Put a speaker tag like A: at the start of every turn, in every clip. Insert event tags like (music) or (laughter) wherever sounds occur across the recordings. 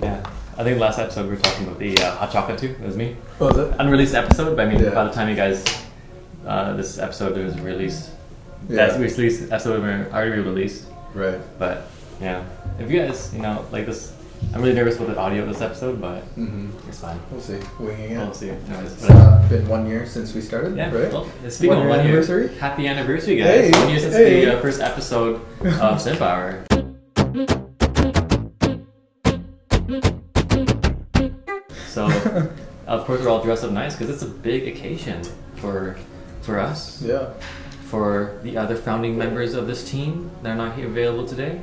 A: I think last episode we were talking about the uh, hot chocolate too. That was me.
B: What was it?
A: Unreleased episode, but I mean,
B: Yeah.
A: by the time you guys, uh, this episode was released,
B: Yeah.
A: that's we released episode were already released.
B: Right.
A: But yeah, if you guys, you know, like this, I'm really nervous about the audio of this episode, but
B: Mm-hmm.
A: it's fine.
B: We'll see. Winging it.
A: We'll see. Anyways,
B: It's
A: but, uh,
B: uh, been one year since we started,
A: yeah.
B: right?
A: Well, speaking
B: One
A: of
B: year
A: one year,
B: anniversary?
A: happy anniversary, guys!
B: Hey,
A: one year since
B: hey.
A: the uh, first episode of Sin Power. So,
B: (laughs)
A: of course, we're all dressed up nice because it's a big occasion for for us
B: yeah.
A: for the other founding members of this team that are not here available today,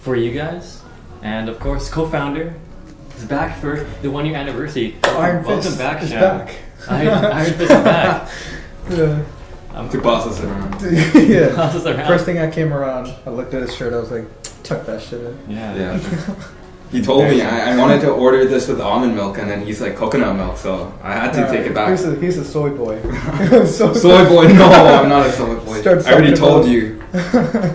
A: for you guys, and of course, co-founder is back for the one-year anniversary.
B: Iron
A: Welcome
B: Fist
A: back,
B: is
A: Shaq.
B: back.
A: (laughs) Iron, Iron Fist is
C: (laughs)
A: back.
B: (laughs)
A: (laughs)
B: Yeah.
A: Um,
C: Two bosses around.
B: yeah.
A: Passes around.
B: First thing I came around, I looked at his shirt. I was like, tuck that shit in.
A: yeah.
C: Yeah. (laughs) He told me I, I wanted to order this with almond milk, and then he's like coconut milk, so I had to
B: Uh,
C: take it back.
B: He's a, he's a soy
C: (laughs)
B: boy. (laughs) soy,
C: soy boy, no, I'm not a soy boy.
B: Start
C: I already
B: something
C: told
B: about-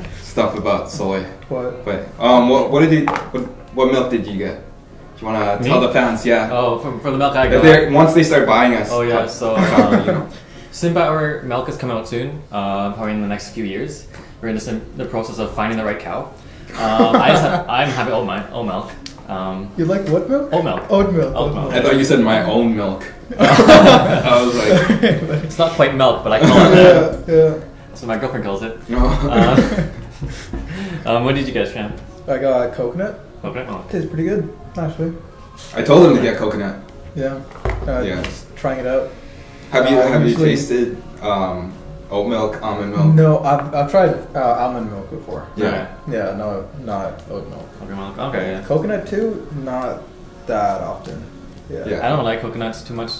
C: you stuff about soy.
B: (laughs) what?
C: But um, what, what did you, what, what milk did you get? Do you wanna
A: Me?
C: tell the fans? Yeah.
A: Oh, from, from the milk I
C: If
A: got.
C: they're- once they start buying us.
A: Oh yeah,
C: (laughs)
A: so
C: uh, you know.
A: um, Simpower milk is coming out soon, uh, probably in the next few years. We're in the, sim- the process of finding the right cow. Um, (laughs) I just have, I'm happy oat, mi- oat milk. Um,
B: You like what milk?
A: Oat milk.
B: Oat milk.
A: Oat milk.
C: I thought you said my own
B: (laughs)
C: milk. (laughs)
A: it's
C: I
A: (laughs)
C: was like,
A: not quite milk, but I call it that.
B: (laughs) yeah, yeah.
A: That's what my girlfriend calls
C: (laughs)
A: it.
C: no. Oh.
A: Uh, (laughs) um, what did you guys, Sham?
B: I got coconut.
A: Okay. Oh.
B: Tastes pretty good, actually.
C: I told him to get coconut.
B: Yeah. Uh,
C: Yeah.
B: Just trying it out.
C: Have you
B: Uh,
C: have you
B: usually-
C: tasted um, oat milk, almond milk?
B: No, I've, I've tried uh, almond milk before.
C: Yeah.
B: Yeah, no, not oat milk.
A: Okay. Okay, milk. okay yeah.
B: Coconut too, not that often. Yeah.
C: Yeah.
A: I don't like coconuts too much,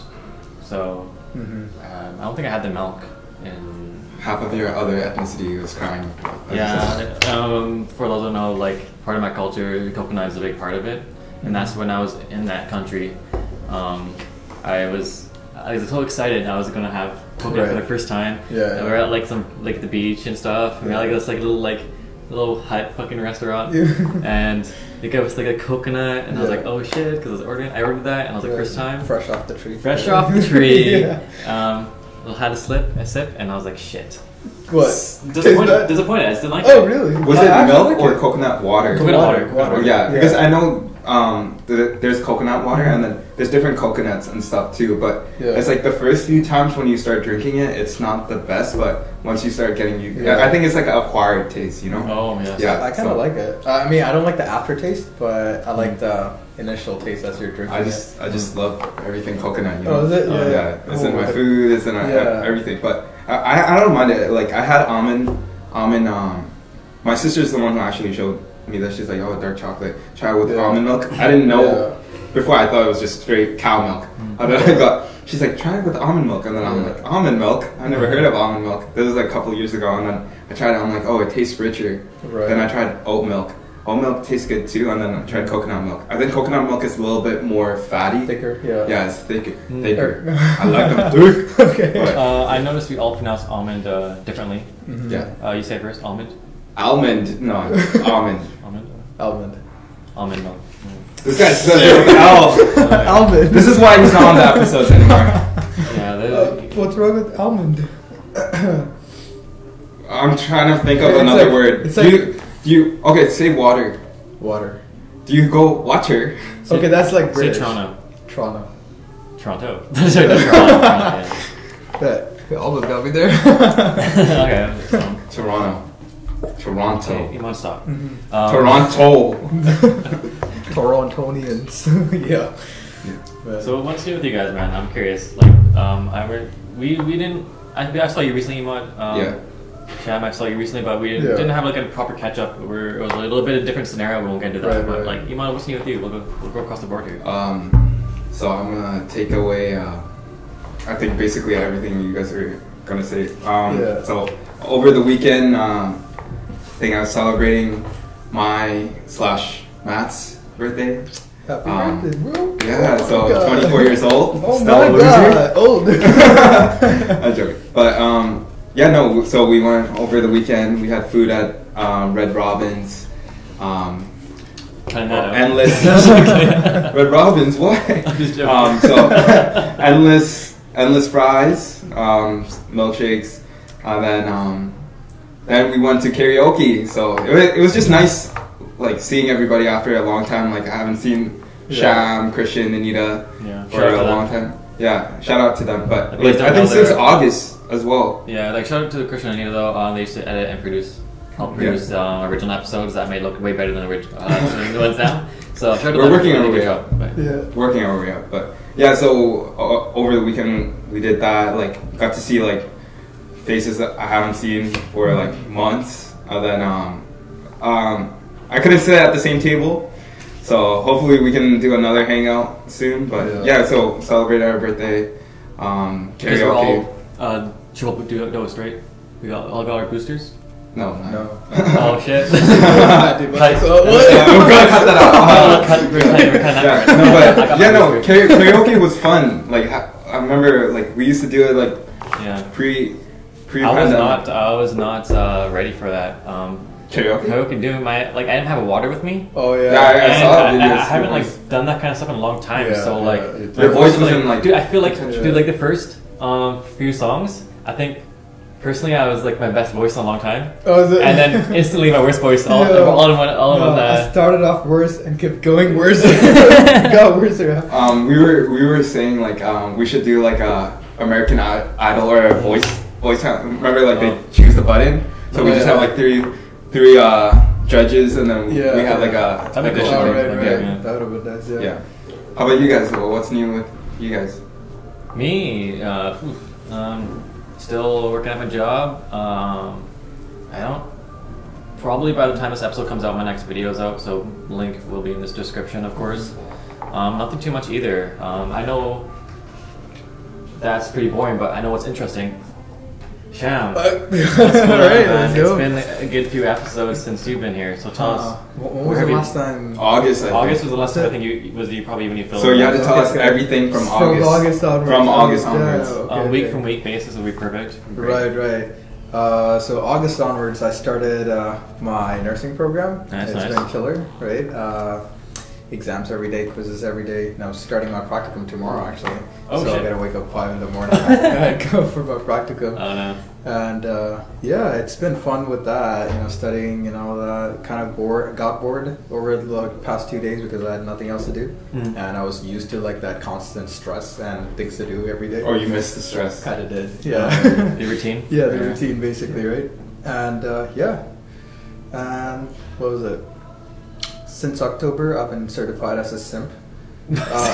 A: so
B: hmm
A: um, I don't think I had the milk in
C: Half of your other ethnicity was crying.
A: Yeah, um, for those who don't know, like part of my culture, coconut is a big part of it, and that's when I was in that country. Um, I was I was so excited I was gonna have coconut for
B: Right.
A: the first time.
B: Yeah,
A: and we were at like some like the beach and stuff, and we had like this like little like little hut fucking restaurant,
B: Yeah.
A: (laughs) and they gave us like a coconut, and I was
B: Yeah.
A: like, oh shit, because I was ordering I ordered that, and I was like, first time,
B: Fresh off the tree.
A: fresh off the
B: (laughs)
A: tree.
B: yeah.
A: Um, had a slip, a sip, and I was like, shit.
B: What?
A: S-
B: (laughs) Taste
A: Disappointed.
B: that?
A: Disappointed. I just didn't like
B: Oh
A: it.
B: really?
C: Was
B: I
C: it
B: actually
C: milk
B: like
C: or
B: it.
C: coconut water?
A: Coconut water,
C: Oh,
A: water.
C: yeah, because I know um, th- there's coconut water and then there's different coconuts and stuff too. But
B: Yeah.
C: it's like the first few times when you start drinking it, it's not the best. But once you start getting you,
B: Yeah.
C: I think it's like an acquired taste. You know?
A: Oh yes.
C: Yeah.
B: I kind of
C: so- Mm.
B: like it. Uh, I mean, I don't like the aftertaste, but I like the initial taste as you're drinking.
C: I just I just love everything coconut. You know?
B: Oh, is it?
C: Uh,
B: Yeah.
C: yeah. It's in
B: Oh,
C: my
B: but-
C: food. It's in uh,
B: Yeah.
C: everything. But I, I I don't mind it. Like I had almond almond. Um, my sister's the one who actually showed me that she's like, oh, dark chocolate. Try it with
B: Yeah.
C: almond milk. I didn't know
B: Yeah.
C: before. I thought it was just straight cow milk. And then I got. She's like, try it with almond milk, and then I'm like, almond milk. I never heard of almond milk. This was like a couple years ago, and then I tried it. I'm like, oh, it tastes richer.
B: Right.
C: Then I tried oat milk. Oat milk tastes good too, and then I tried coconut milk. I think coconut milk is a little bit more fatty.
B: thicker. Yeah.
C: Yeah, it's thicker.
A: Mm.
C: Thicker.
B: (laughs) Or-
C: I like them thick.
B: okay. Um,
C: But,
A: Uh, I noticed we all pronounce almond uh, differently.
B: Mhm.
C: yeah,
A: Uh, you say first almond,
C: almond.
B: (laughs)
C: No, almond.
A: almond,
B: Almond.
A: almond milk.
C: This guy says it with an L.
B: (laughs) almond.
C: This is why he's not on the
B: (laughs)
C: episodes anymore.
A: Yeah,
B: Uh,
A: that-
B: what's wrong with almond? (coughs)
C: I'm trying to think of
B: It's
C: another
B: like-
C: word.
B: it's
C: do you, do you? Okay, say water.
B: Water.
C: Do you go watcher?
A: Say-
B: Okay, that's like
A: say
B: British.
A: Toronto,
B: Toronto.
A: (laughs) Toronto. Sorry, that's Toronto. Toronto,
B: (laughs) That almost got me there.
A: yeah. (laughs) okay,
B: (laughs)
A: so,
C: Toronto.
A: so
C: Toronto.
A: you must stop.
B: Mhm.
A: Um,
C: Toronto.
B: (laughs) Torontonians. (laughs) yeah. But-
A: So what's new with you guys, man? I'm curious. Like, um, I were, we we didn't. I, I saw you recently, Mod. Um,
C: Yeah.
A: Sham, I saw you recently, but we didn't,
B: Yeah.
A: didn't have like a proper catch up. We're, it was a little bit of a different scenario. We won't get into that.
B: Right,
A: but
B: right. Uh,
A: like, Iman, what's new with you? We'll go, we'll go across the board here.
C: Um, so I'm gonna take away. Uh, I think basically everything you guys are gonna say. Um,
B: Yeah.
C: So over the weekend, um, I think I was celebrating my slash Matt's birthday.
B: Happy
C: Um, (laughs)
B: birthday, (laughs) bro.
C: Yeah.
B: Oh my
C: so
B: God.
C: 24 years old.
B: Oh
C: still
B: my
C: a loser.
B: god, old.
C: (laughs)
B: (laughs)
C: I'm joking. But um, yeah, no. So we went over the weekend. We had food at um, Red Robin's. Um,
A: cutting that out. (laughs)
C: endless (laughs)
A: Okay.
C: Red Robins. Why?
A: (laughs) I'm just joking.
C: Um, so
A: (laughs)
C: endless, endless fries, um, milkshakes, and then um, then we went to karaoke. So it was, it was just nice, like seeing everybody after a long time. Like I haven't seen Sham, Christian, Anita
A: Yeah.
C: for a long time. Yeah, shout out to them. But
A: They've
C: like,
A: done
C: I think
A: all their-
C: since August as well.
A: Yeah, like shout out to Christian and Anita though. Um, they used to edit and produce, help
C: Yeah.
A: produce um, original episodes that may look way better than the orig- uh, the ones
C: (laughs)
A: now. So shout out to
C: We're
A: them.
C: working
A: They did
C: our
A: a good
C: way
A: job.
C: up.
A: But-
D: Yeah.
C: working our way up. But yeah, so uh, over the weekend we did that. Like got to see like faces that I haven't seen for like months. And then um, um, I couldn't sit at the same table. So hopefully we can do another hangout soon. But
D: Yeah.
C: yeah, so celebrate our birthday. Um,
A: Because we're
C: karaoke.
A: all uh, triple do dose, right? We got all got our
C: (laughs)
A: boosters.
C: No, no. (laughs)
D: No.
A: oh
D: (laughs)
A: shit! (laughs)
D: Dude,
A: Like-
D: so what?
C: Yeah, we're gonna cut that (laughs)
A: (laughs)
C: out.
A: Oh, cut- we're cutting- we're cutting that
C: yeah,
A: part.
C: no,
A: I got
C: but yeah,
A: my
C: no.
A: booster.
C: Karaoke, karaoke was fun. Like I, I remember, like we used to do it like
A: Yeah.
C: pre pre
A: I was not.
C: pandemic
A: I was not uh, ready for that. Um,
C: karaoke.
A: karaoke do my like. I didn't have a water with me.
D: Oh yeah.
C: Yeah, I
A: and
C: saw the
A: I,
C: videos.
A: I haven't
C: Nice.
A: like done that kind of stuff in a long time.
D: Yeah,
A: so
D: yeah,
A: like,
D: it-
A: my
D: Your
C: voice was
A: like,
C: in, like,
A: dude, I feel like
D: Yeah.
A: dude, like the first um, few songs. I think personally, I was like my best voice in a long time,
B: Oh, is it?
A: and then instantly my worst voice all,
B: (laughs) Yeah.
A: all in one all in
B: No,
A: one.
B: I
A: Uh,
B: started off worse and kept going
A: (laughs)
B: worse. (laughs) got worse. Yeah.
C: Um, we were we were saying like um, we should do like a American I- Idol or a voice voice. hunt. Remember like
A: Oh.
C: they choose the button, so we
D: Oh,
C: just
D: yeah.
C: have like three three uh, judges, and then
B: Yeah.
C: we had like a
A: That'd be cool.
C: audition.
B: Oh,
A: Alright,
B: right,
C: thing.
B: right.
A: yeah.
B: That would have been nice. Yeah.
C: Yeah. yeah. How about you guys? Well, what's new with you guys?
A: me, uh, oof, um, still working at my job. Um, I don't. Probably by the time this episode comes out, my next video is out. So link will be in this description, of course. Um, nothing too much either. Um, I know that's pretty boring, but I know what's interesting. Sham.
D: (laughs)
B: Uh,
A: What's going on,
B: all right,
A: man?
B: let's go.
A: It's been a good few episodes since you've been here, so tell
D: Uh,
A: us.
D: when when
A: Where
D: was
A: have
D: the
A: you-
D: last time?
C: August. I think.
A: August was the last time I think you was you probably when you filmed.
C: So you had to
A: it.
C: tell us
B: Okay.
C: everything from August.
B: August onwards.
C: From August
B: Yeah,
C: onwards.
B: okay,
A: on a Um, week
B: okay.
A: from week basis would be perfect.
D: Right, right. Uh, so August onwards, I started uh, my nursing program.
A: Nice,
D: It's
A: nice.
D: been killer, right? Uh, exams every day, quizzes every day. And I'm starting my practicum tomorrow, actually.
A: Oh,
D: so
A: shit.
D: I gotta wake up five in the morning
A: (laughs)
D: and go for my
A: I
D: practicum.
A: don't know.
D: and uh, yeah, it's been fun with that. You know, studying and all that. Kind of bored, got bored over the past two days because I had nothing else to do,
A: Mm.
D: and I was used to like that constant stress and things to do every day.
C: Oh, you missed the stress.
D: kind of did,
B: (laughs)
D: yeah.
A: Uh, Um, The routine.
D: Yeah, the
C: Yeah.
D: routine basically, right? And uh, yeah, and what was it? Since October, I've been certified as a
A: (laughs)
D: simp.
B: Uh,
A: I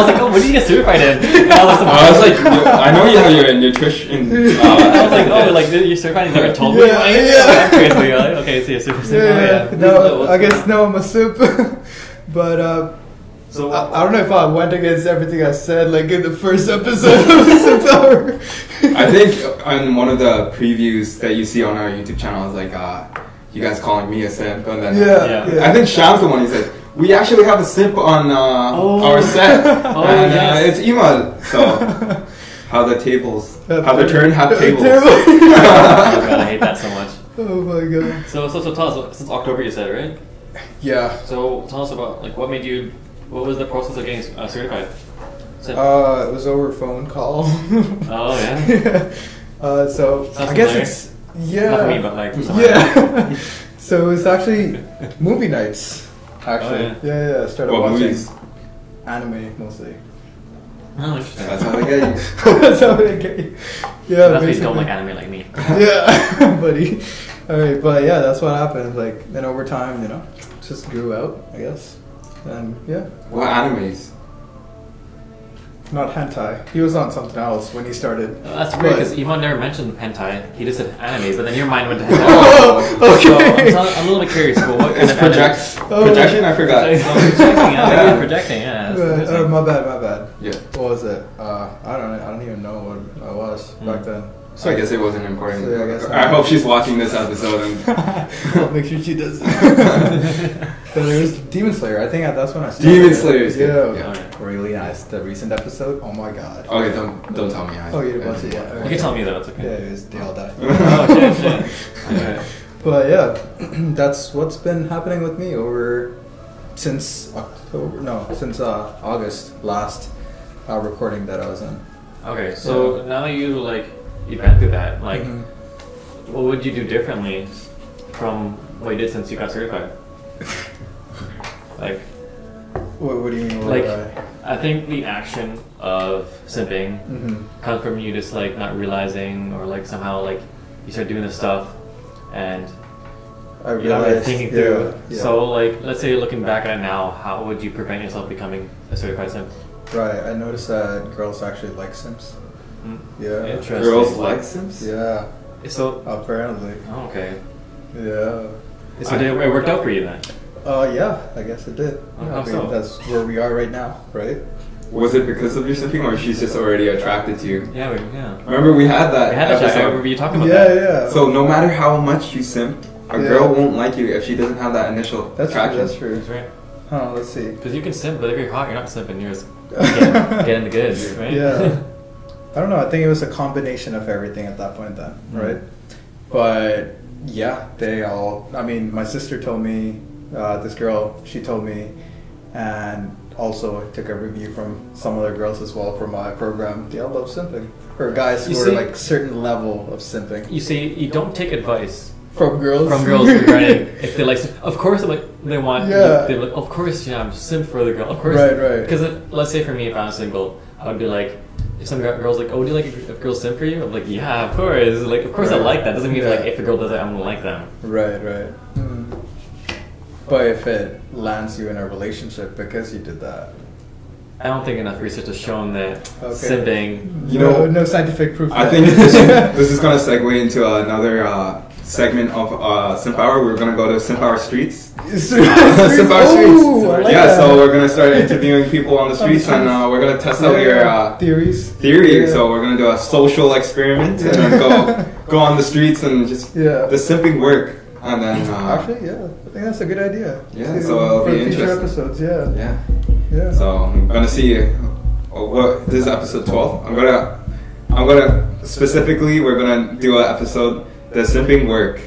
A: was like, oh, what do you get certified in? And I was like,
C: I was like, you- I know you have your
D: (laughs)
C: nutrition. Uh,
A: I was like, oh, like you're certified. You never told me.
B: Yeah,
A: Like, (laughs)
B: yeah.
A: that's crazy. Like, okay, so you're super
B: Yeah,
A: certified.
B: yeah,
A: yeah.
B: No,
A: What's
B: I
A: going
B: guess
A: on?
B: no, I'm a soup. (laughs) but uh,
A: So
B: I, I don't know if I went against everything I said, like in the first episode of Centaur.
C: I
B: (laughs)
C: think on one of the previews that you see on our YouTube channel, I was like, uh, you guys calling me a simp, and then
B: Yeah,
A: Yeah.
B: yeah.
C: I think Sham's the one who said we actually have a simp on uh,
A: Oh.
C: our set,
A: (laughs) Oh,
C: and
A: yes.
C: uh, it's Iman.
A: (laughs)
C: So how the tables,
B: Uh,
C: how the turn have tables. (laughs)
A: oh
B: (laughs)
A: god, (laughs) I hate that so much.
B: oh my god.
A: So so so tell us since October you said right?
D: yeah.
A: So tell us about like what made you. What was the process of getting uh, certified? So-
D: Uh, it was over a phone call.
B: (laughs)
A: oh yeah.
B: yeah. Uh, so
A: Sounds
B: I guess
A: familiar.
B: it's yeah.
A: Not for me, but
B: (laughs)
A: like for someone
B: yeah. (laughs) so it's actually movie nights. Actually,
A: Oh,
B: yeah. yeah, I started
C: What
B: watching
C: movies?
B: anime mostly.
A: (laughs) Oh,
B: (laughs)
A: interesting.
C: That's how they get you.
B: That's how they get you. Yeah,
A: That's why you
B: basically.
A: don't like anime like me. (laughs)
B: yeah, (laughs) buddy. All right, but yeah, that's what happened. Like, then over time, you know, it just grew out, I guess. And yeah,
C: What animes?
B: not hentai. He was on something else when he started.
A: Uh, That's weird
B: But-
A: because Ivan never mentioned hentai. He just said anime, but then your mind
B: (laughs)
C: (laughs)
A: went to hentai.
B: Oh,
A: So I'm,
B: okay.
A: so- I'm a little bit curious. But what kind
C: It's
A: of
C: project
B: Oh.
C: projection. I
A: anime-
C: forgot.
A: So- so
B: (laughs)
A: projecting, yeah,
C: Yeah.
A: projecting, yeah. that's
B: Right,
A: interesting.
B: oh, my bad, my bad.
C: Yeah.
B: What was it? Uh, I don't, I don't even know what I was
A: Mm.
B: back then.
C: So I guess it wasn't important.
B: So I guess
C: I hope she's watching this episode. And
B: (laughs) I'll make sure she
C: (laughs)
B: does. (laughs)
D: So there was Demon Slayer. I think that's when I started.
C: Demon Slayer is
B: Yeah.
C: good. Yeah.
A: Alright.
D: Really nice. The recent episode. Oh my god.
C: Okay, don't don't tell me. I,
B: Oh, you didn't watch it yet.
A: (laughs) You can tell me though. It's okay.
D: Yeah, it was, they all died.
B: (laughs)
A: Oh shit! shit. Alright.
B: But yeah, (clears throat) that's what's been happening with me over since October. No, since uh, August last uh, recording that I was in.
A: Okay, so
B: Yeah.
A: now you like you've been through that. Like,
B: Mhm.
A: what would you do differently from what you did since you got
B: (laughs)
A: certified? like,
B: What, what do you mean?
A: like I think the action of simping
B: hmm
A: comes from you just like not realizing or like somehow like you start doing this stuff and
B: I
A: you're not really
B: realized-
A: thinking
B: yeah,
A: through.
B: yeah.
A: So like, let's say you're looking back at it now, how would you prevent yourself becoming a certified simp?
B: right, I noticed that girls actually like Sims.
A: Hmm?
B: Yeah.
A: Interesting.
C: Girls like Sims?
B: Yeah,
A: So
B: apparently.
A: oh, okay.
B: Yeah.
A: So they, it worked out for you then.
B: Uh, yeah, I guess it did.
A: Oh,
B: Yeah,
A: how
B: I mean,
A: so?
B: that's where we are right now, right?
C: Was it because of your sipping or she's just already attracted to you?
A: Yeah, we, yeah.
C: Remember we had that
A: I had a chat. I remember
C: episode.
A: you talking
B: Yeah,
A: about that.
B: yeah.
C: So no matter how much you simp, a
B: Yeah.
C: girl won't like you if she doesn't have that initial
B: that's true,
C: attraction.
B: that's true.
A: That's right.
B: Huh, let's see.
A: Because you can simp, but if you're hot, you're not simping.
B: (laughs)
A: You're just getting, getting the goods, right?
B: Yeah. I don't know. I think it was a combination of everything at that point, then,
A: Mhm.
B: right? But yeah, they all. I mean, my sister told me, uh, this girl, she told me, and also I took a review from some other girls as well from my program. They all love simping. Or guys who
A: You
B: are
A: see-
B: like certain level of
A: (laughs)
B: simping
A: you see, you don't take advice
B: from girls.
A: from girls
B: (laughs)
A: regarding if they like. simp- Of course, like they want.
B: Yeah.
A: They like, of course, yeah, I'm simp for the girl. Of course.
B: Right, right.
A: Because let's say for me, if I was single, I would be like. If some gir- girls like, oh, do you like if girls simp for you? I'm like, yeah, of course. Like, of course I
B: Right.
A: like that. Doesn't mean like
B: Yeah.
A: if a girl does it, I'm gonna like them.
B: Right, right. Mm. But if it lands you in a relationship because you did that,
A: I don't think enough research has shown that
B: Okay.
A: simping.
C: You
B: no,
C: know,
B: no scientific proof.
C: I
B: yet.
C: think
B: (laughs)
C: this, this is going to segue into another uh, segment of uh, Simp Hour. We're going to go to Simp Hour Streets. (laughs) Simp Hour
B: Ooh, I like
C: yeah,
B: that.
C: so we're going to start interviewing people on the streets and uh, we're going to test out your uh,
B: theories.
C: theory.
B: Yeah.
C: So we're going to do a social experiment and
B: (laughs)
C: then go, go on the streets and just
B: Yeah.
C: the simping work. And then, uh,
B: Actually, yeah, I think that's a good idea.
C: Yeah,
B: To-
C: so it'll
B: for
C: be
B: future
C: interesting.
B: episodes. Yeah,
C: yeah.
B: yeah.
C: So I'm gonna see. Oh, what this is episode twelve. I'm gonna, I'm gonna specifically we're gonna do an episode the simping work.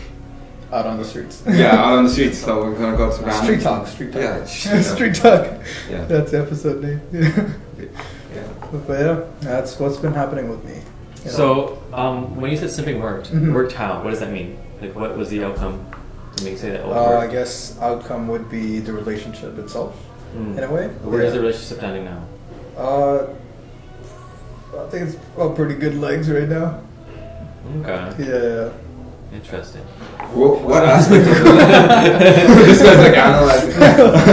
B: out on the streets.
C: Yeah, out
B: (laughs)
C: on the streets. So we're gonna go to
B: street talk. Street talk. (laughs)
C: Yeah,
B: street talk.
C: Yeah.
B: That's the episode name. (laughs) Yeah.
C: Yeah.
B: but yeah, that's what's been happening with me. you know.
A: So, um, when you said simping worked,
B: Mhm.
A: worked how? What does that mean? Like, what was the outcome? When you say that? oh, it
B: Uh, I
A: worked?
B: guess outcome would be the relationship itself,
A: Mm.
B: in a way.
A: Where is
B: Yeah.
A: the relationship standing now?
B: Uh, I think it's on pretty good legs right now.
A: Okay.
B: Yeah.
A: Interesting.
C: What, what aspect of (laughs) this guy's like analyzing?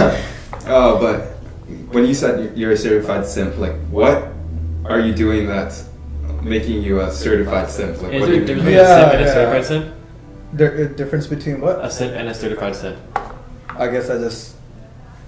C: oh, but when you said you're a certified simp, like what are you doing that's making you a certified simp? Like
A: Is
C: what
A: there a
C: do you
A: difference between
C: mean?
B: Yeah,
A: a simp and a
B: yeah.
A: certified simp?
B: The uh, difference between
A: A
B: what?
A: simp and a certified simp.
B: I guess I just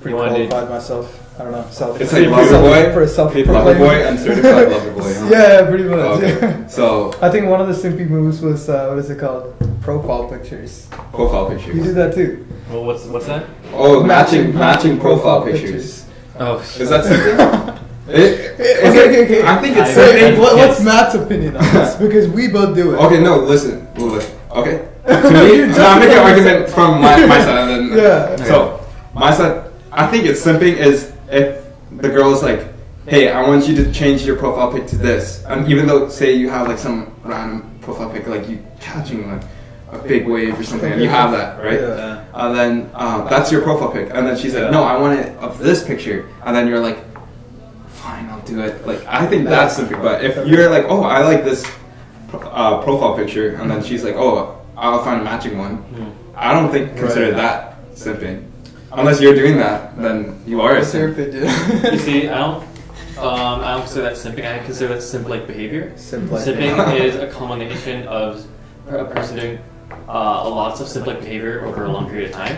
A: You wanna do-
B: pre-qualified myself. I don't know. Self.
C: It's like
B: self-
C: lover boy,
B: for self-
C: lover boy,
B: (laughs)
C: and certified lover boy. Huh?
B: Yeah, pretty much.
C: Oh, okay.
B: yeah.
C: So
B: I think one of the simpy moves was uh, what is it called? Profile pictures.
C: profile
B: You did
C: pictures.
B: that too.
A: Well, what's what's that?
C: Oh, matching matching profile pictures.
A: Oh,
C: Is that something? (laughs)
B: Okay,
C: It, is it-
B: okay, okay.
C: I think it's
A: I-
C: something.
A: I-
B: What, what's
A: Yes.
B: Matt's opinion on
C: (laughs)
B: this? Because we both do it.
C: Okay, no, listen, Well, listen.
B: (laughs)
C: Okay, to me,
B: You're
C: no, I'm making an
B: justifying
C: argument from my, my side, and then
B: Yeah.
C: So my side, I think it's simping is if the girl is like, "Hey, I want you to change your profile pic to this," and even though say you have like some random profile pic, like you catching like a big wave or something, and you have that, right?
B: Yeah.
C: And then um, that's your profile pic, and then she's like, "No, I want it of this picture," and then you're like, "Fine, I'll do it." Like I think that's simping, but if you're like, "Oh, I like this pro- uh, profile picture," and then she's like, "Oh, I'll find a matching one."
A: Hmm.
C: I don't think consider
B: Right.
C: that simping. Unless you're doing that, then you are a
B: What's your
C: simp.
B: opinion?
A: You see, I don't. Um, I don't consider that simping. I consider that simp like behavior.
B: Simp-like
A: Simping
C: behavior.
A: is a combination of a person doing uh, lots of simp like behavior over a long period of time.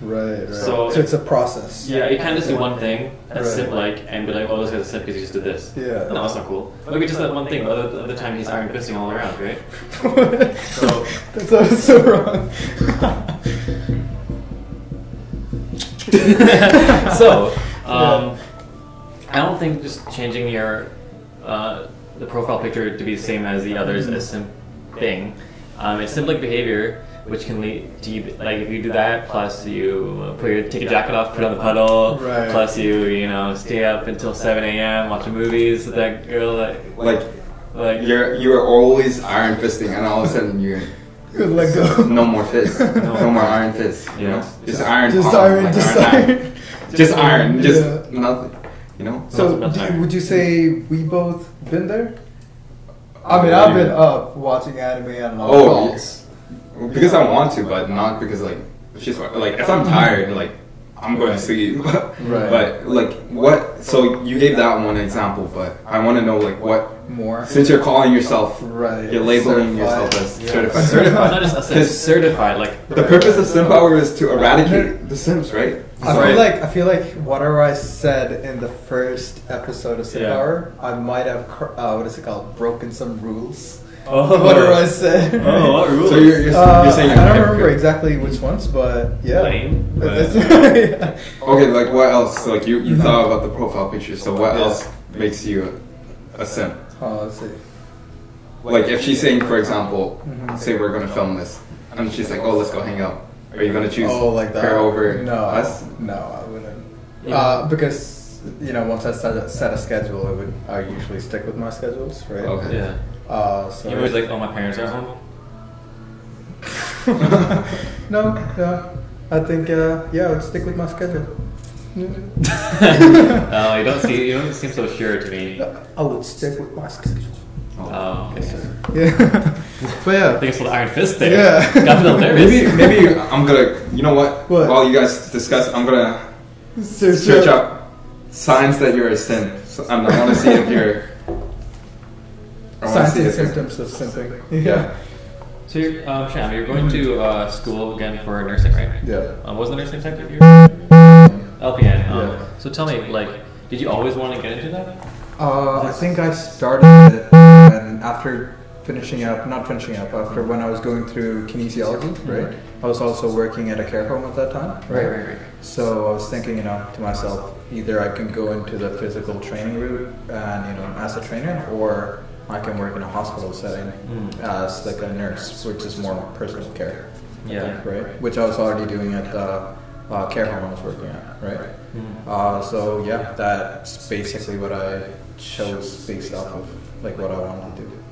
B: Right, right.
A: So-
B: it's a process.
A: Yeah, you can't just do one
B: (laughs)
A: thing that's
B: Right.
A: simp like and be like, oh, this guy's a simp because he just did this.
B: Yeah.
A: No, that's not cool. Look at just that one thing, but other, other time he's iron fisting all around, right?
B: so (laughs)
A: So-
B: that's so, so wrong.
A: (laughs) (laughs)
B: (laughs)
A: so, um, I don't think just changing your uh, the profile picture to be the same as the others is a simp thing. Um, it's simp like behavior, which can lead to you like if you do that plus you put your take your jacket off, put on the puddle,
B: Right.
A: plus you you know stay up until seven a.m. watching movies with that girl that
C: (laughs) Like
A: like
C: you're you're always iron fisting, and all of a
B: (laughs)
C: sudden you're
B: Good, let go.
C: no more
B: (laughs)
C: fists, no, more iron fists. You know,
A: Yeah.
C: just iron,
B: Just
C: palm,
B: iron,
C: like
B: just
C: iron,
B: iron.
C: iron.
B: (laughs)
C: just iron, just
B: Yeah.
C: nothing. You know.
B: So,
A: Nothing
B: do
A: better.
B: you, would you say we both been there? I mean, I've been up watching anime and all
C: Oh,
B: calls.
C: Because I want to, but not because like it's just like if I'm tired, like I'm going to sleep. (laughs)
B: Right.
C: But like what? So you gave that one example, but I want to know like what
B: More.
C: since you're calling yourself,
B: Right.
C: you're labeling
B: Certified.
C: yourself as
B: Yeah.
A: certified,
C: certified. Certified.
A: not just a-
C: 'Cause
A: certified like
C: the purpose of sim power is to eradicate the Sims, right?
B: I
C: Right.
B: feel like I feel like whatever I said in the first episode of Sin
A: Yeah.
B: Power, I might have cr- uh, what is it called? Broken some rules.
A: oh
B: (laughs) Whatever I said.
A: (laughs) Oh, what rules?
C: So you're, you're,
B: Uh,
C: you're saying
B: I
C: you're
B: don't
C: a
B: remember
C: hypocrite.
B: exactly which ones, but yeah.
A: Lame,
B: It's-
A: but-
B: yeah. (laughs)
C: (laughs) Okay, like what else? Like you,
B: Mm-hmm.
C: you thought about the profile picture, so what else makes you a, a sim?
B: Oh, let's see.
C: Like if she's saying, for example,
B: Mhm.
C: say we're gonna film this, and she's like, "Oh, let's go hang out." Are you gonna choose
B: oh, like that.
C: her over
B: no,
C: us?
B: No, I wouldn't.
A: Yeah.
B: Uh, because you know, once I set a, set a schedule, I would I usually stick with my schedules, right?
C: Okay.
A: yeah.
B: Uh, so
A: You always like oh my parents are home. (laughs)
B: (laughs) no, no. I think uh, yeah, I would stick with my schedule.
A: (laughs) oh, you don't see you don't seem so sure to me.
B: I would stick with my schedule.
A: Oh, okay.
B: Yeah, (laughs) but
A: I
B: yeah,
A: think it's a little iron fist there. (laughs)
B: Yeah.
A: Got a
B: (laughs)
A: little nervous.
C: Maybe, maybe I'm gonna. You know what?
B: What?
C: While you guys discuss, I'm gonna
B: search,
C: search up signs that you're a sim. So I'm, I want to see if you're. I wanna
B: signs
C: see
B: and
C: if you're-
B: symptoms of something.
A: (laughs)
C: Yeah.
A: So, you're, um, Sham, you're going to uh, school again for nursing, right?
B: yeah.
A: Um, what was the nursing sector you were LPN. Um,
B: Yeah.
A: So tell me, like, did you always want to get into that?
B: Uh, I think I started it and after finishing up, not finishing up, after when I was going through kinesiology, right? I was also working at a care home at that time,
A: Mm-hmm. right.
B: So I was thinking, you know, to myself, either I can go into the physical training route and, you know, as a trainer, or I can work in a hospital setting
A: Mm.
B: as like a nurse, which is more personal care. I
A: Yeah.
B: think, right? Which I was already doing at the uh, care home I was working at, right?
A: Mm.
B: Uh, so yeah, that's basically what I chose based off of like what I wanted to do.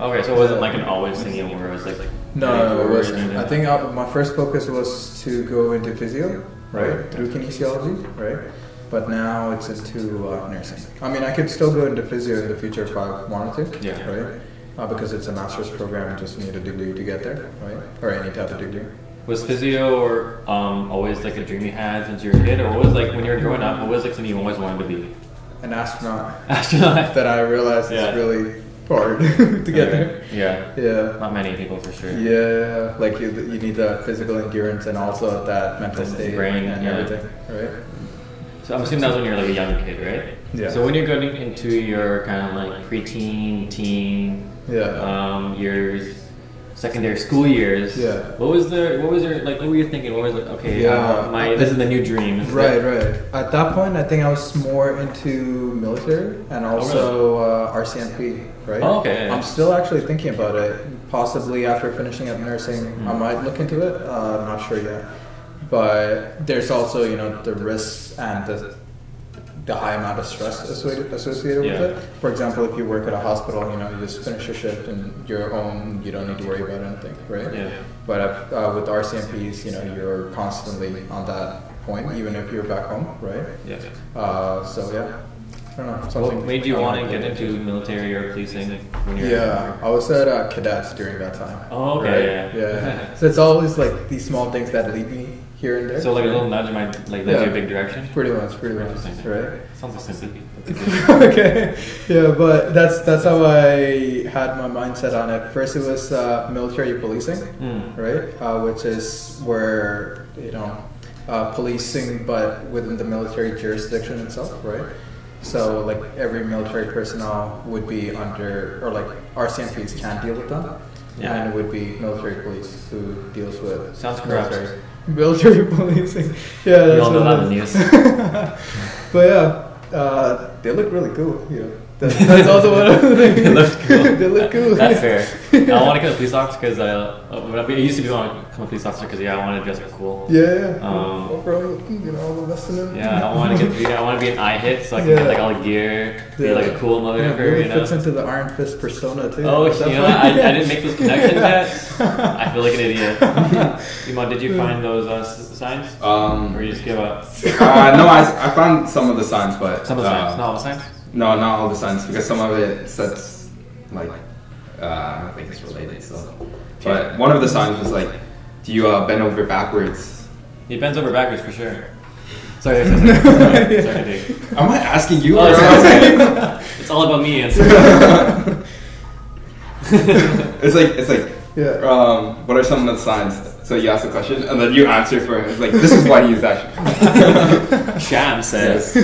A: Okay, so it wasn't like an always thing where it was like.
B: No, it
A: where
B: wasn't.
A: you-
B: I think uh my first focus was to go into physio, right, through kinesiology, right. But now it's into uh, nursing. I mean, I could still go into physio in the future if I wanted to,
A: Yeah.
B: right? Uh, because it's a master's program, you just need a degree to get there, right? Or any type of degree.
A: Was physio or um, always like a dream you had since you were a kid, or what was like when you were growing up? What was like something you always wanted to be? (laughs)
B: An astronaut (laughs)
A: Astronaut.
B: that I realized
A: Yeah.
B: is really hard (laughs) to get there.
A: Yeah.
B: Yeah.
A: Not many people for sure.
B: Yeah, like you, you need that physical endurance and also that mental
A: And the
B: state
A: brain,
B: and
A: yeah.
B: everything, right?
A: So I'm assuming that was when you were like a young kid, right?
B: Yeah.
A: So when you're going into your kind of like preteen, teen,
B: Yeah.
A: um, years, secondary school years.
B: Yeah.
A: What was the what was your like? What were you thinking? What was like, okay?
B: Yeah.
A: uh, my this is the new dream. This is
B: Right,
A: it.
B: right. At that point, I think I was more into military and also uh, RCMP, right?
A: Oh, okay, yeah.
B: I'm still actually thinking about it. Possibly after finishing up nursing,
A: Mm-hmm.
B: I might look into it. Uh, I'm not sure yet. But there's also, you know, the risks and the, the high amount of stress associated, associated
A: Yeah.
B: with it. For example, if you work at a hospital, you know, you just finish your shift and you're home, you don't need to worry about anything, right?
A: Yeah.
B: But uh, uh, with RCMPs, you know, you're constantly on that point, even if you're back home, right?
A: Yeah.
B: Uh, so yeah, I don't know. Something
A: What made you
B: I
A: want to
B: don't
A: get
B: know.
A: into military or policing when you're?
B: Yeah, I was at uh, cadets during that time.
A: Oh, okay, yeah. (laughs)
B: Yeah. so it's always like these small things that lead me here and there.
A: So like a little nudge in my like led
B: Yeah.
A: you a big direction.
B: Pretty much, pretty much,
A: Interesting.
B: right? (laughs)
A: Sounds like sympathy.
B: okay. Yeah, but that's that's how I had my mindset on it. First, it was uh, military policing,
A: Mm.
B: right? Uh, which is where you know uh, policing, but within the military jurisdiction itself, right? So like every military personnel would be under, or like RCMPs can deal with them,
A: Yeah.
B: and it would be military police who deals with
A: Sounds corrupt.
B: military, (laughs) military policing. Yeah,
A: We
B: that's (laughs)
A: all know
B: what
A: that
B: it
A: in the
B: is.
A: news.
B: but yeah, uh, they look really cool. You know, that's, that's also one of the things.
A: (laughs) They look cool.
B: (laughs) they look cool.
A: That's
B: (laughs)
A: fair. I want to become a police officer because I, uh, I used to be want to become a police officer because yeah, I want to dress up cool.
B: Yeah, yeah.
A: Um,
B: Overall, you know, all the best in them.
A: Yeah, I want to get. I want to be an eye hit so I can
B: Yeah.
A: get like all the gear, be
B: Yeah.
A: like a cool
B: Yeah,
A: motherfucker.
B: it really
A: you know?
B: fits into the Iron Fist persona too.
A: Oh,
B: That's
A: you know,
B: funny.
A: I,
B: (laughs)
A: I didn't make those connections yet. I feel like an idiot. Imo, did you find those uh, s- signs, or
C: Um,
A: you just give up?
C: uh, no, I, I found some of the signs, but
A: Some of the
C: uh,
A: signs, not all the signs.
C: No, not all the signs because some of it says like uh, I don't think it's related. So, but one of the signs was like, "Do you uh, bend over backwards?"
A: He bends over backwards for sure. Sorry,
B: (laughs)
A: sorry, sorry. sorry, sorry dude.
C: Am I asking you?
A: Oh,
B: (laughs)
C: or-
A: it's- It's all about me. It's
C: (laughs)
B: (laughs)
C: it's like it's like
B: Yeah.
C: um, what are some of the signs? So you ask a question and then you answer for it. It's like this is why he
B: (laughs)
C: used (laughs) that.
A: Sham says.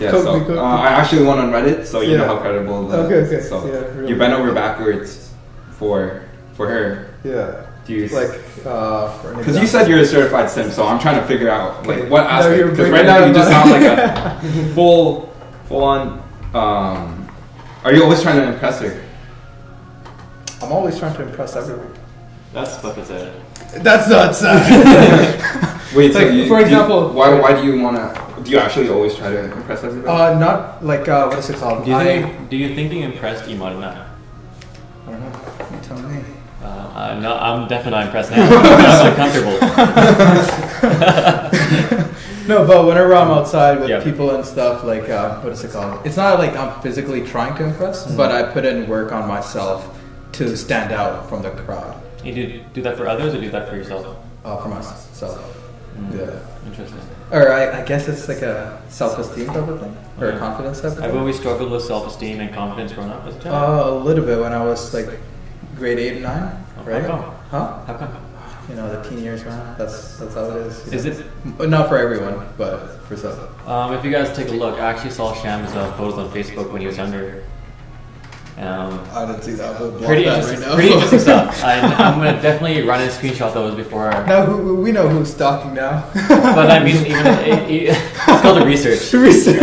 C: Yeah,
B: Cook me,
C: so
B: cook
C: uh,
B: me.
C: I actually won on Reddit, so you know
B: Yeah.
C: how credible. The,
B: Okay, okay,
C: So
B: yeah, really.
C: you bent over backwards for for her.
B: yeah.
C: Do you
B: Like, uh, for an
C: Because
B: example-
C: you said you're a certified sim, so I'm trying to figure out like what
B: No,
C: aspect.
B: you're
C: Because
B: bringing
C: right now you
B: it
C: just
B: up.
C: sound like
B: (laughs)
C: a full, full on. Um, are you always trying to impress
B: (laughs)
C: her?
B: I'm always trying to impress everyone.
A: That's fucking sad.
B: That's not sad. (laughs)
C: Wait, so
B: Like,
C: you,
B: for
C: do you-
B: example-
C: why why do you want to? Do you actually always try to impress everybody?
B: uh, not like uh, what is it called?
A: Do you
B: I,
A: think? Do you think you impressed Imo or not?
B: I don't know. You tell me.
A: Uh, I'm, not, I'm definitely not impressed now. I'm (laughs) uncomfortable.
B: (laughs) No, but whenever I'm outside with
A: Yeah.
B: people and stuff, like uh, what is it called? It's not like I'm physically trying to impress,
A: Mm-hmm.
B: but I put in work on myself to stand out from the crowd.
A: You do, do that for others or do that for yourself?
B: Uh, for myself.
A: Mm,
B: Yeah.
A: Interesting.
B: Or I, I guess it's like a self-esteem type of thing, or a confidence type of
A: I've
B: thing.
A: always struggled with self esteem and confidence growing up as a child.
B: Uh, a little bit when I was like grade eight and nine,
A: Oh,
B: right?
A: how come?
B: Huh?
A: How come?
B: You know, the teen years, man. That's that's how it is. you
A: Is
B: know.
A: it?
B: But not for everyone, but for some.
A: Um, if you guys take a look, I actually saw Sham's uh, photos on Facebook when he was younger. Um,
B: I didn't see that. But
A: pretty interesting, pretty
B: (laughs)
A: interesting stuff. I, I'm gonna definitely run and screenshot those before.
B: Now who, who- we know who's stalking now.
A: (laughs) But I
B: (laughs)
A: mean, even it, it, it's called research.
B: Research.
A: (laughs)